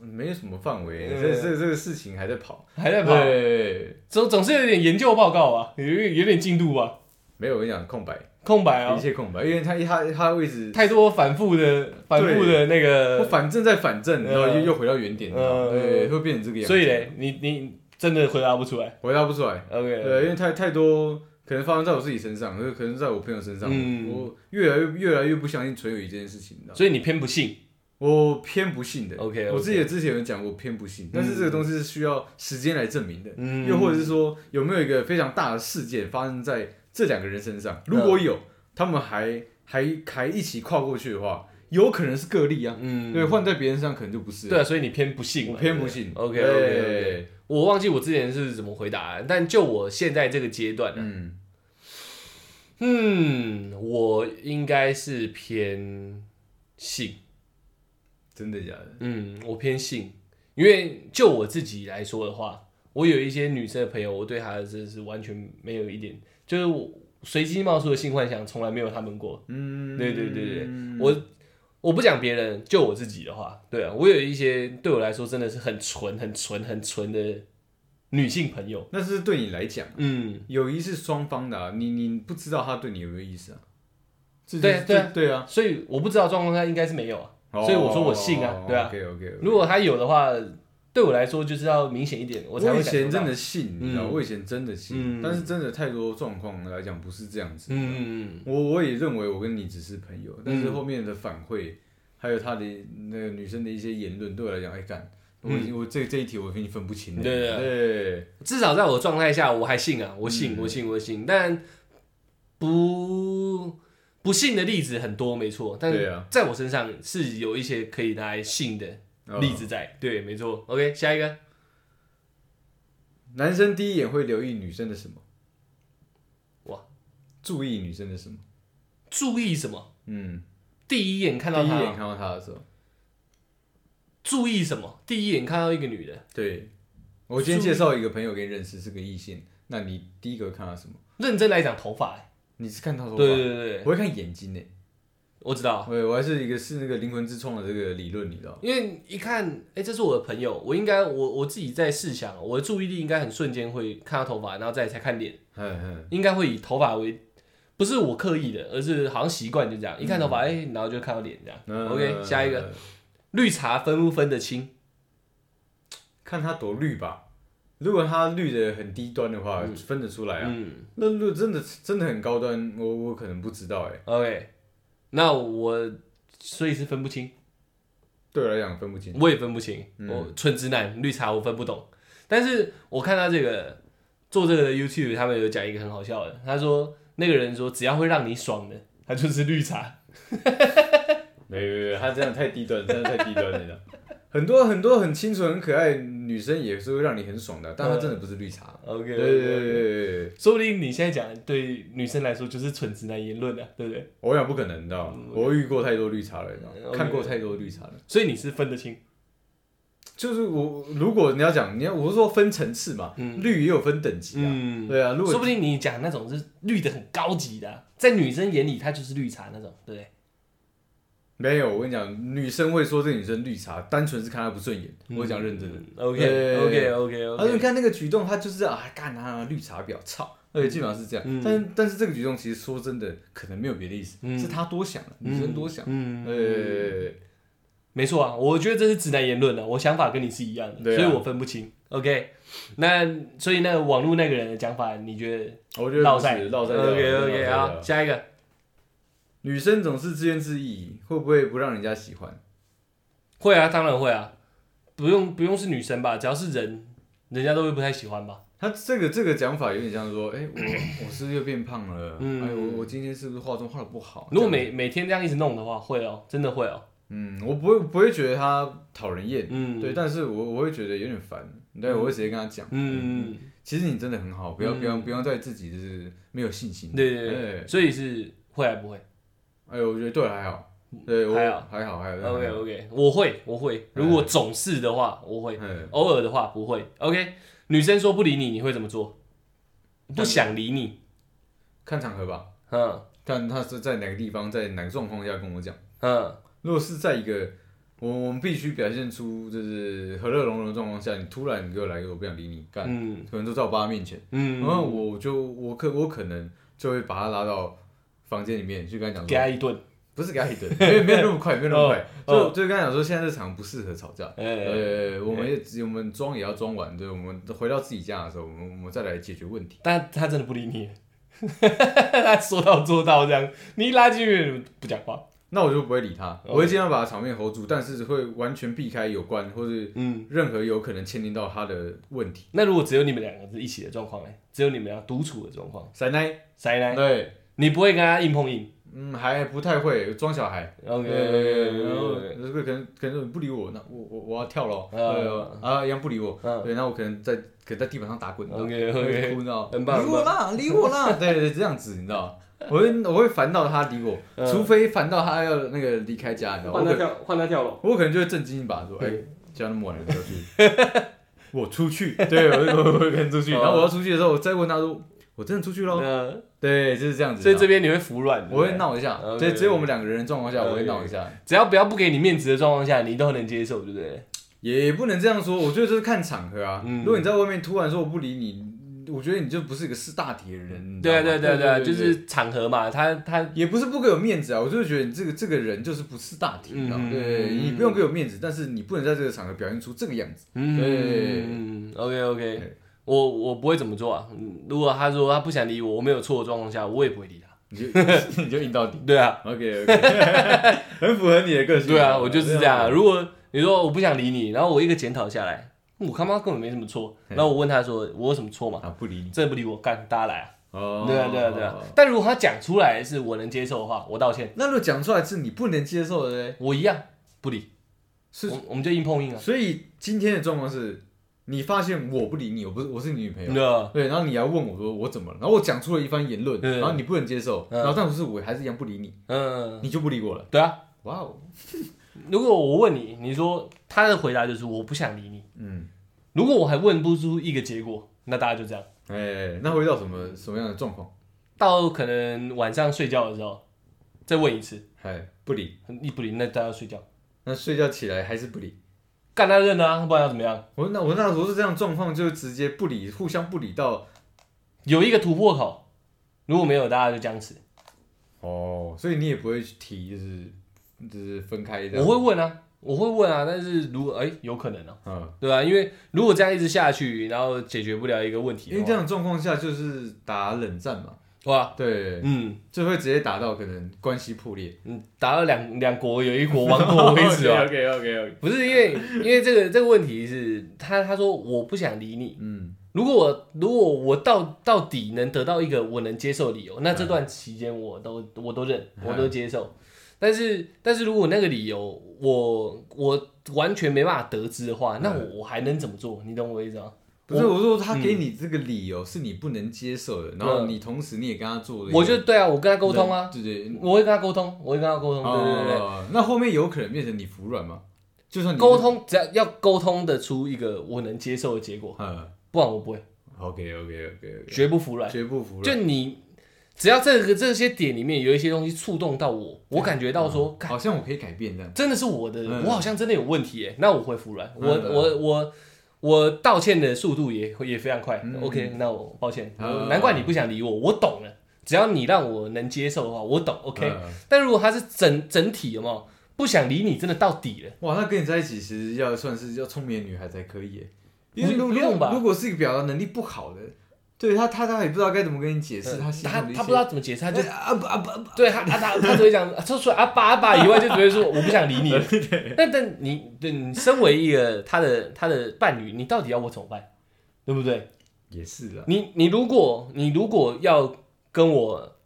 B: 呃没有什么范围，
A: 嗯
B: 这这这个事情还在跑，
A: 还在跑，
B: 对，
A: 总总是有点研究报告吧，有点有点进度吧，
B: 没有，我跟你讲，空白，
A: 空白哦
B: 一，切空白，因为他他他的位置，
A: 太多反复的反复的那
B: 我
A: 个，
B: 反正在反正，然后
A: 嗯
B: 又又回到原点，你知道吗
A: 嗯
B: 对，会变成这个样子，
A: 所以嘞，你你真的回答不出来。
B: 回答不出来，
A: OK，
B: 对，因为太太多可能发生在我自己身上，可能可能在我朋友身上，
A: 嗯
B: 我越来越越来越不相信纯友谊这件事情，你知道吗？
A: 所以你偏不信。
B: 我偏不信的
A: OK，OK
B: 我自己也之前有讲过偏不信，但是这个东西是需要时间来证明的，
A: 嗯
B: 又或者是说有没有一个非常大的事件发生在这两个人身上？
A: 嗯
B: 如果有，他们还还还一起跨过去的话，有可能是个例啊。
A: 嗯，
B: 对，换在别人身上可能就不是。
A: 对啊，所以你偏不信
B: 我
A: 嘛。
B: 偏不信。
A: OK
B: 对
A: OK，我忘记我之前是怎么回答，但就我现在这个阶段呢、
B: 嗯，
A: 嗯，我应该是偏信，
B: 真的假的？
A: 嗯，我偏信，因为就我自己来说的话，我有一些女生的朋友，我对她真的是完全没有一点，就是我随机冒出的性幻想，从来没有他们过。
B: 嗯，
A: 对对对对，我我不讲别人，就我自己的话，对啊，我有一些对我来说真的是很纯、很纯、很纯的女性朋友，
B: 那是对你来讲，
A: 嗯。
B: 友谊是双方的啊，你你不知道他对你有没有意思啊？这
A: 对
B: 这
A: 对啊
B: 对啊，
A: 所以我不知道状况下应该是没有啊。所以我说我信
B: 哦
A: 啊对啊
B: OK OK。
A: 如果他有的话，对我来说就是要明显一点，
B: 我
A: 才会
B: 以
A: 感
B: 前
A: 受
B: 真
A: 到。
B: 的信，你知道，
A: 嗯
B: 我以前真的
A: 嗯
B: 信，但是真的太多状况来讲不是这样子。
A: 嗯，
B: 我我也认为我跟你只是朋友，但是后面的反馈，还有他的那个女生的一些言论，对我来讲，哎干，我已经我这这一题我跟你分不清了。
A: 嗯对对啊
B: 对，
A: 嗯至少在我状态下，我还信啊，我
B: 嗯
A: 信，我信，我信。但不不信的例子很多，没错。但
B: 对啊
A: 在我身上是有一些可以拿来信的
B: 哦
A: 例子在。对，没错。OK，下一个，
B: 男生第一眼会留意女生的什么？
A: 哇，
B: 注意女生的什么？
A: 注意什么？
B: 嗯，
A: 第一眼看
B: 第
A: 到
B: 一眼
A: 他，
B: 看到他的时候，
A: 注意什么？第一眼看到一个女的，
B: 对，我今天
A: 注意
B: 介绍一个朋友给你认识，是个异性，那你第一个看到什么？
A: 认真来讲，头发、欸。
B: 你是看到头发？
A: 对对对对，
B: 我会看眼睛诶，
A: 我知道。
B: 对我还是一个是那个灵魂之窗的这个理论，你知道吗？
A: 因为一看，哎、这是我的朋友，我应该我我自己在试想，啊我的注意力应该很瞬间会看到头发，然后再才看脸，
B: 嗯嗯，
A: 应该会以头发为，不是我刻意的，而是好像习惯就这样，一看头发，哎、然后就看到脸这样。
B: 嗯
A: OK，下一个，绿茶分不分得清？
B: 看他多绿吧。如果他绿的很低端的话，分得出来啊。
A: 嗯
B: 那如果真的真的很高端，我我可能不知道哎。
A: ，OK，那我所以是分不清，
B: 对我来讲分不清。
A: 我也分不清，哦
B: 嗯
A: 我纯直男，绿茶我分不懂，但是我看到这个做这个的 YouTube，他们有讲一个很好笑的，他说那个人说只要会让你爽的，他就是绿茶。
B: 没没没，他这样太低端，真的太低端了。很多很多很清纯、很可爱的女生也是会让你很爽的，但她真的不是绿茶。
A: OK，
B: 对对对对对对，
A: 说不定你现在讲的对女生来说就是纯直男言论了、对不对？
B: 我想不可能的，我遇过太多绿茶了，你知道吗
A: 嗯
B: 看过太多绿茶了。
A: 所以你是分得清，
B: 就是我，如果你要讲，你要我是说分层次嘛，
A: 嗯
B: 绿也有分等级啊。
A: 嗯，
B: 对啊，如
A: 说
B: 果
A: 不定你讲那种是绿的很高级的啊、在女生眼里它就是绿茶那种，对不对？
B: 没有，我跟你讲，女生会说这女生绿茶，单纯是看她不顺眼。
A: 嗯
B: 我讲认真的，
A: OK
B: 对
A: OK OK
B: 而且你
A: OK，
B: 看那个举动，她就是啊，干啊，绿茶婊，操！而且基本上是这样。
A: 嗯
B: 但但是这个举动其实说真的，可能没有别的意思，
A: 嗯
B: 是她多想了，女生多想。
A: 嗯，
B: 呃，
A: 没错啊，我觉得这是直男言论了、啊我想法跟你是一样的，
B: 对啊
A: 所以我分不清。OK，那所以那个网络那个人的讲法，你觉得
B: 我觉得
A: 绕
B: 不是
A: 赛
B: 绕赛掉
A: OK
B: 绕赛
A: OK，
B: 掉啊
A: 好，下一个
B: 女生总是自怨自艾，会不会不让人家喜欢？
A: 会啊，当然会啊，不用不用是女生吧，只要是人，人家都会不太喜欢吧。
B: 她这个这个讲法有点像说，哎、 我我是不是又变胖了，
A: 嗯
B: 哎，我我今天是不是化妆化的不好？
A: 如果
B: 哦这样
A: 每每天这样一直弄的话，会哦，真的会哦。
B: 嗯，我不会不会觉得她讨人厌，
A: 嗯，
B: 对，但是我我会觉得有点烦，对，我会直接跟她讲，
A: 嗯，嗯，
B: 其实你真的很好，不要
A: 嗯
B: 不要不要再自己就是没有信心。
A: 对对
B: 哎
A: 对，所以是会还不会
B: 哎，我觉得对我还好，对
A: 嗯
B: 我
A: 还好
B: 还好还好
A: ？OK OK，我会我会，如果总是的话，我会。
B: 嗯，
A: 偶尔的话不会。OK，女生说不理你，你会怎么做？不想理你，
B: 看场合吧，
A: 嗯
B: 看她是在哪个地方，在哪个状况下跟我讲。
A: 嗯
B: 如果是在一个我我们必须表现出就是和乐融融的状况下，你突然给我来一个我不想理你干，
A: 嗯
B: 可能都在我爸面前，然
A: 嗯，
B: 后我就我可我可能就会把他拉到房间里面去跟他讲
A: 给
B: 说，
A: 她一顿，
B: 不是给他一顿，没有没有那 么快，没有那么快，
A: 哦
B: 就就跟他讲说现在这场不适合吵架。
A: 哎，
B: 呃，我们也只我们装也要装完，对，我们回到自己家的时候，我们我们再来解决问题。
A: 但她真的不理你， 她说到做到这样，你一拉进去不讲话，
B: 那我就不会理他，
A: 哦
B: 我会尽量把场面 hold 住，但是会完全避开有关或是
A: 嗯。
B: 任何有可能牵连到他的问题。
A: 那如果只有你们两个是一起的状况呢？只有你们俩独处的状况，
B: 奶奶，
A: 塞呢？
B: 对，
A: 你不会跟她硬碰硬
B: 嗯，还不太会装小孩。对，然后
A: ？OK，
B: 这个可能可能不理我，那我我我要跳了，
A: 嗯
B: 对啊，一样不理我，
A: 嗯
B: 对，那我可能在可能在地板上打滚，
A: OK
B: 会
A: OK，
B: 哭闹，
A: 很棒
B: 理我啦，理我啦，对对，这样子你知道，我会我会烦到他理我，
A: 嗯
B: 除非烦到他要那个离开家，你知道吗？我可
A: 跳，换她跳楼。
B: 我可能就会震惊一把说，哎
A: 嗯，
B: 这样那么晚了不要去，我出去，对，我我我会跟出去，
A: 哦
B: 然后我要出去的时候，我再问他说，我真的出去喽，
A: 嗯，
B: 对，就是这样子，
A: 所以这边你会服软，对不
B: 我
A: 对
B: 会闹一下，
A: OK，
B: 对，只有我们两个人的状况下，我会闹一下，
A: 只要不要不给你面子的状况下，你都能接受，对不对？
B: 也不能这样说，我觉得这是看场合啊。
A: 嗯
B: 如果你在外面突然说我不理你，我觉得你就不是一个识大体的人。你知
A: 对啊，
B: 道吗
A: 对啊对啊对啊，
B: 对，
A: 就
B: 对
A: 是场合嘛，他他
B: 也不是不给我面子啊，我就是觉得你这个这个人就是不识大体，你知道吗？
A: 嗯
B: 对，你不用给我面子，但是你不能在这个场合表现出这个样子。对
A: 嗯，OK OK，
B: 对
A: 我我不会怎么做啊。嗯如果他说他不想理我，我没有错的状况下，我也不会理他。
B: 你就你就硬到底。
A: 对啊，
B: OK OK，很 符合你的个性。
A: 对啊，我就是这样啊。
B: 对啊。
A: 如果你说我不想理你，然后我一个检讨下来，我他妈根本没什么错。然后我问他说我有什么错嘛？
B: 啊，不理你。
A: 真的不理我，干大家来啊！
B: 哦
A: 对啊对啊对啊。但如果他讲出来是我能接受的话，我道歉，
B: 那如果讲出来是你不能接受的嘞，
A: 我一样不理，
B: 是
A: 我我们就硬碰硬啊。
B: 所以今天的状况是，你发现我不理你，我不是我是你女朋友。
A: 那
B: 对，然后你来问我说我怎么了，然后我讲出了一番言论，
A: 嗯
B: 然后你不能接受，
A: 嗯
B: 然后但不是我还是一样不理你，
A: 嗯，
B: 你就不理我了。
A: 对啊。
B: 哇哦，
A: 如果我问你，你说他的回答就是我不想理你。
B: 嗯，
A: 如果我还问不出一个结果，那大家就这样。
B: 哎，那会遇到什么什么样的状况？
A: 到可能晚上睡觉的时候再问一次，
B: 哎，不理，
A: 你不理那大家睡觉，
B: 那睡觉起来还是不理。
A: 干他认啊，不然要怎么样？
B: 我那我那时候是这样状况，就直接不理，互相不理到
A: 有一个突破口，如果没有，大家就僵持。
B: 哦，所以你也不会去提，就是就是分开这
A: 我
B: 样。
A: 会问啊，我会问啊，但是如果哎、有可能啊，
B: 嗯，
A: 对吧、因为如果这样一直下去，然后解决不了一个问题
B: 因
A: 的
B: 为这
A: 话，
B: 样的状况下就是打冷战嘛，
A: 哇，
B: 对，
A: 嗯
B: 就会直接打到可能关系破裂。
A: 嗯，打到两两国有一国 亡国为止啊。
B: OK OK OK，
A: 不是因为，因为这个这个问题是他他说我不想理你。
B: 嗯，
A: 如果我如果我到到底能得到一个我能接受的理由，那这段期间我都我都认，我都接受。但是但是如果那个理由我我完全没办法得知的话，那我
B: 嗯
A: 我还能怎么做？你懂我意思吗？
B: 不是，我说他给你这个理由是你不能接受的，然后你同时你也跟他做了一
A: 嗯
B: 个，
A: 我就对啊，我跟他沟通啊，
B: 对对，
A: 我会跟他沟通，我会跟他沟通，对对对对。
B: 哦那后面有可能变成你服软吗？就算你
A: 沟，通只要要沟通得出一个我能接受的结果，
B: 嗯
A: 不然我不会，
B: ，OK OK OK OK，
A: 绝不服软。
B: 绝不服
A: 就
B: 软，
A: 你只要这个这些点里面有一些东西触动到我，我感觉到说，干
B: 嗯好像我可以改变这样，
A: 真的是我的，
B: 嗯
A: 我好像真的有问题耶，那我会服软，我
B: 嗯
A: 我我我道歉的速度也也非常快
B: 嗯。
A: OK，那我抱歉，
B: 嗯
A: 难怪你不想理我，我懂了。只要你让我能接受的话，我懂。OK，
B: 嗯
A: 但如果他是整整体有没有不想理你，真的到底了，
B: 哇，那跟你在一起其实要算是要聪明的女孩才可以耶，因为
A: 不
B: 如
A: 不用吧
B: 如果是一个表达能力不好的，对他他他也不知道该怎么跟你解释
A: 嗯
B: 他心
A: 他
B: 中的一
A: 他
B: 些
A: 不知道怎么解释，他就
B: 哎啊不啊不啊不，
A: 对他，他他他只会讲，就除了阿爸阿爸以外，就只会说我不想理 你。但但你对你身为一个他的他的伴侣，你到底要我怎么办？对不对？
B: 也是啦，
A: 你你如果你如果要跟我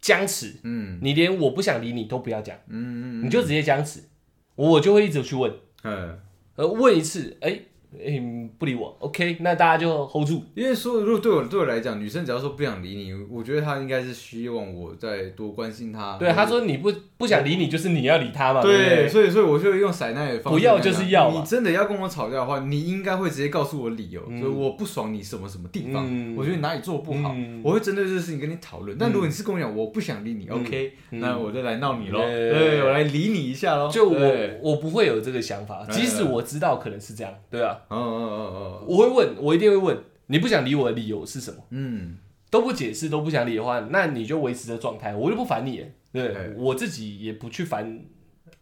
A: 僵持，
B: 嗯
A: 你连我不想理你都不要讲，
B: 嗯嗯
A: 你就直接僵持，我就会一直去问，
B: 嗯，
A: 呃，问一次，哎、哎、不理我，OK，那大家就 hold 住。
B: 因为说如果对我对我来讲，女生只要说不想理你，我觉得她应该是希望我再多关心她。
A: 对，他说你不不想理你，就是你要理他嘛，对不
B: 啊对，
A: 对？
B: 所以所以我就用甩奶的方式
A: 不要
B: 跟她
A: 就是要嘛啊
B: 你真的要跟我吵架的话，你应该会直接告诉我理由，就是我不爽你什么什么地方，
A: 嗯
B: 我觉得你哪里做不好，
A: 嗯
B: 我会针对这个事情跟你讨论。但如果你是跟我讲我不想理你、
A: 嗯
B: o k
A: 嗯
B: 那我就来闹你喽，
A: 对
B: 对我来理你一下喽。
A: 就我
B: 对
A: 我不会有这个想法，
B: 哎
A: 即使我知道可能是这样，对啊，
B: 嗯嗯嗯嗯
A: 我会问，我一定会问，你不想理我的理由是什么？
B: 嗯，
A: 都不解释，都不想理的话，那你就维持这状态，我就不烦你了，对不对
B: 哎
A: 我自己也不去烦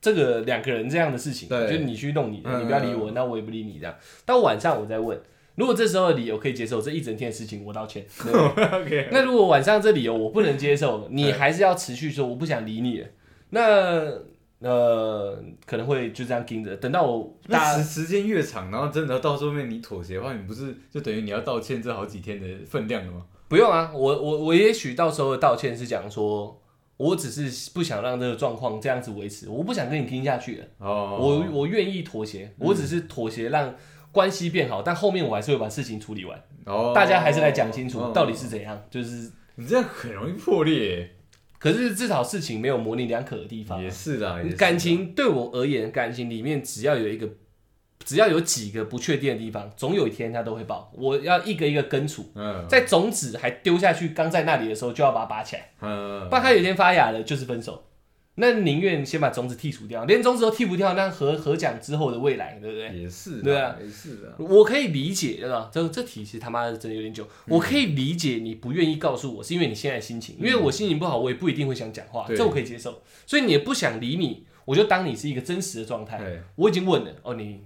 A: 这个两个人这样的事情，
B: 对
A: 就是你去弄你的，
B: 嗯
A: 你不要理我，那我也不理你这样。到晚上我再问，如果这时候的理由可以接受，这一整天的事情我道 歉。对
B: OK，
A: 那如果晚上这理由我不能接受，你还是要持续说我不想理你了，那呃可能会就这样盯着，等到我大
B: 那时时间越长，然后真的到后面你妥协的话，你不是就等于你要道歉这好几天的分量了吗？
A: 不用啊，我我我也许到时候的道歉是讲说，我只是不想让这个状况这样子维持，我不想跟你盯下去了，
B: 哦，嗯
A: 我我愿意妥协，我只是妥协让关系变好，但后面我还是会把事情处理完，
B: 哦
A: 大家还是来讲清
B: 哦
A: 楚到底是怎样，就是。
B: 你这样很容易破裂，
A: 可是至少事情没有模棱两可的地方嗯
B: 也，是啦，也是啦
A: 啊感情对我而言，感情里面只要有一个，只要有几个不确定的地方，总有一天它都会爆。我要一个一个根除，
B: 嗯
A: 在种子还丢下去刚在那里的时候，就要把它拔起来。
B: 嗯
A: 不呃然它有一天发芽了，就是分手。那宁愿先把种子剔除掉，连种子都剔不掉，那何何讲之后的未来，对不对？
B: 也是啦
A: 对啊，
B: 也是的，
A: 我可以理解，对吧？这这题其实他妈的真的有点久。
B: 嗯
A: 我可以理解你不愿意告诉我，是因为你现在的心情，因为我心情不好，我也不一定会想讲话，
B: 对
A: 这我可以接受。所以你也不想理你，我就当你是一个真实的状态。
B: 对，
A: 我已经问了，哦，你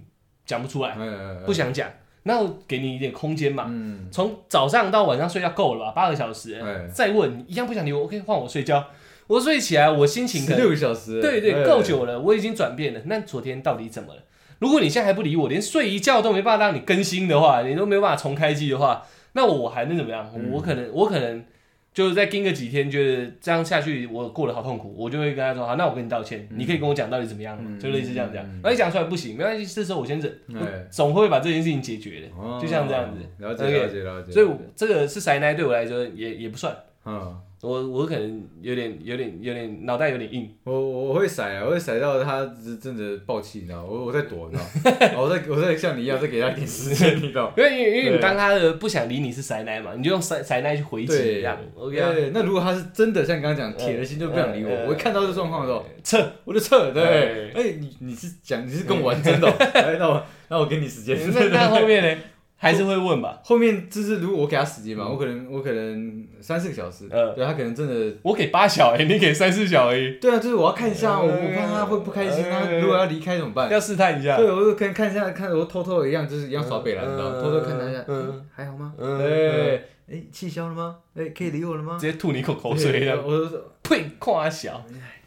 A: 讲哎不出来，
B: 嗯
A: 不想讲，那我给你一点空间嘛。
B: 嗯，
A: 从早上到晚上睡觉够了吧？八个小时，
B: 哎
A: 再问你一样不想理我，OK，换我睡觉。我睡起来，我心情可
B: 十
A: 能
B: 六个小时，
A: 对对，
B: 哎
A: 够，久了，我已经转变了。那昨天到底怎么了？如果你现在还不理我，连睡一觉都没办法让你更新的话，你都没有办法重开机的话，那我还能怎么样？
B: 嗯
A: 我可能我可能就是再盯个几天，觉得这样下去我过得好痛苦，我就会跟他说：好，那我跟你道歉，你可以跟我讲到底怎么样
B: 嗯
A: 嘛，就类似这样这样
B: 嗯。
A: 那你讲出来不行，没关系，这时候我先忍，我
B: 哎
A: 总会把这件事情解决的。
B: 哦
A: 就像这样子
B: 了解
A: OK，
B: 了解了解，
A: 所以我这个是塞奶对我来说也也不算，
B: 嗯。
A: 我我可能有点有点有点脑袋有点硬。
B: 我我会甩啊，我会甩到他真真的爆气，你知道吗？我我在躲，你知 道吗？哦然后我在我在像你一样，再给他一点时间，你知道吗？
A: 因为因为因为
B: 对
A: 你当他的不想理你是塞奶嘛，你就用塞塞奶去回击
B: 对
A: 这样，OK 啊？
B: 对，那如果他是真的像刚刚讲铁了心就不想理我，
A: 呃呃
B: 我一看到这状况的时候，
A: 撤，
B: 我就撤，对。哎，你你是讲你是跟我玩真的哦，哎，那我那我给你时间。
A: 那那后面呢？还是会问吧？
B: 后面就是如果我给他时间嘛，我可能我可能三四个小时，
A: 呃
B: 对他可能真的，
A: 我给八小哎，你给三四小哎，
B: 对啊，就是我要看一下，
A: 呃
B: 我我怕他会不开心，
A: 呃
B: 他如果要离开怎么办？
A: 要试探一下。
B: 对，我就可能看一下，看我偷偷的一样，就是一样耍北兰，
A: 嗯
B: 你知道吗，偷偷看他一下，
A: 嗯
B: 嗯还好吗？
A: 嗯
B: 对，哎，气消了吗？哎，可以理我了吗
A: 直？接吐你一口口水这
B: 对
A: 样，
B: 我就说
A: 呸，夸小，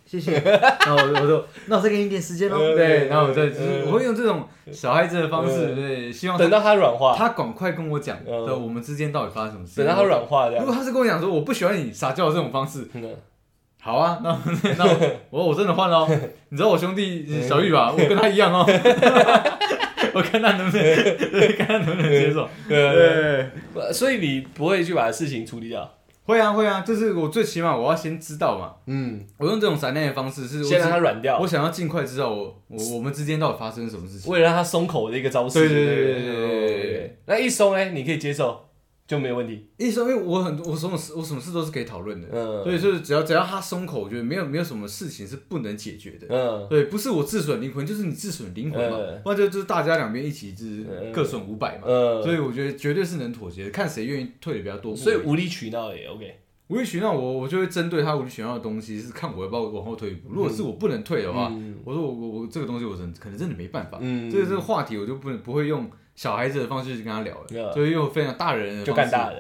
B: 谢谢。然后我我说，那我再给你一点时间喽。
A: 嗯
B: 对，
A: 嗯
B: 然后我再就是
A: 嗯
B: 我会用这种小孩子的方式，
A: 嗯
B: 对，希望
A: 等到他软化，
B: 他赶快跟我讲，
A: 嗯
B: 对，我们之间到底发生什么事。
A: 等到他软化这
B: 如
A: 样。
B: 果他是跟我讲说我不喜欢你撒娇的这种方式，
A: 嗯
B: 好啊，那那我我我真的换了 哦，你知道我兄
A: 嗯
B: 弟小玉吧？我跟他一样哦， 我看 他能不能，对看他能不能接受。
A: 嗯
B: 对，
A: 呃所以你不会去把事情处理掉，
B: 会啊会啊，就是我最起码我要先知道嘛。
A: 嗯，
B: 我用这种闪电的方式是，我
A: 先让它
B: 只
A: 软掉
B: 我，想要尽快知道我我我们之间到底发生什么事情。
A: 为了让它松口的一个招式。
B: 对对对对
A: 对
B: 对对对对
A: 那一松哎，你可以接受，就没有问题。
B: 一说，因为我很我什么事我什么事都是可以讨论的，
A: 嗯，
B: 所以就是只要只要他松口，我觉得没有没有什么事情是不能解决的。
A: 嗯，
B: 对，不是我自损灵魂，就是你自损灵魂嘛
A: 嗯，
B: 不然就就是大家两边一起就是
A: 嗯
B: 各损五百嘛。
A: 嗯，
B: 所以我觉得绝对是能妥协的，看谁愿意退的比较多。
A: 所以无理取闹也 OK。
B: 无理取闹，我我就会针对他无理取闹的东西，是看我要不要往后退一步。如果是我不能退的话，
A: 嗯
B: 我说我我我这个东西我真可能真的没办法，
A: 嗯，
B: 这个这个话题我就不能不会用小孩子的方式去跟他聊了，
A: 嗯
B: 所以用非常大人的
A: 就
B: 方
A: 干
B: 式
A: 大了，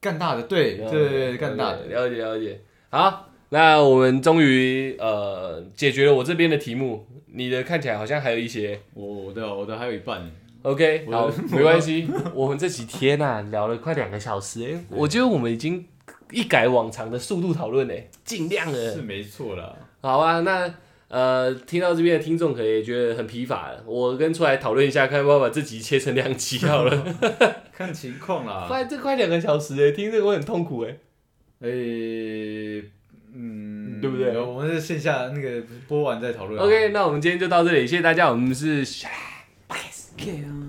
B: 干大的，对对对对，干大的。
A: 了解了解。好，那我们终于呃解决了我这边的题目，你的看起来好像还有一些。
B: 我我的我的还有一半，
A: OK，
B: 我
A: 好，没关系。我们这几天呐、聊了快两个小时、欸，我觉得我们已经一改往常的速度讨论嘞，尽量了
B: 是。没错啦。
A: 好啊，那呃，听到这边的听众可能也觉得很疲乏了，我跟出来讨论一下，看要不要把这集切成两集好了。
B: 看情况 啦。
A: 发现这快两个小时哎、欸，听这个我很痛苦哎、
B: 诶、嗯，
A: 对不对
B: 我们是线下那个播完再讨论啊。
A: OK，那我们今天就到这里，谢谢大家，我们是 Podcast。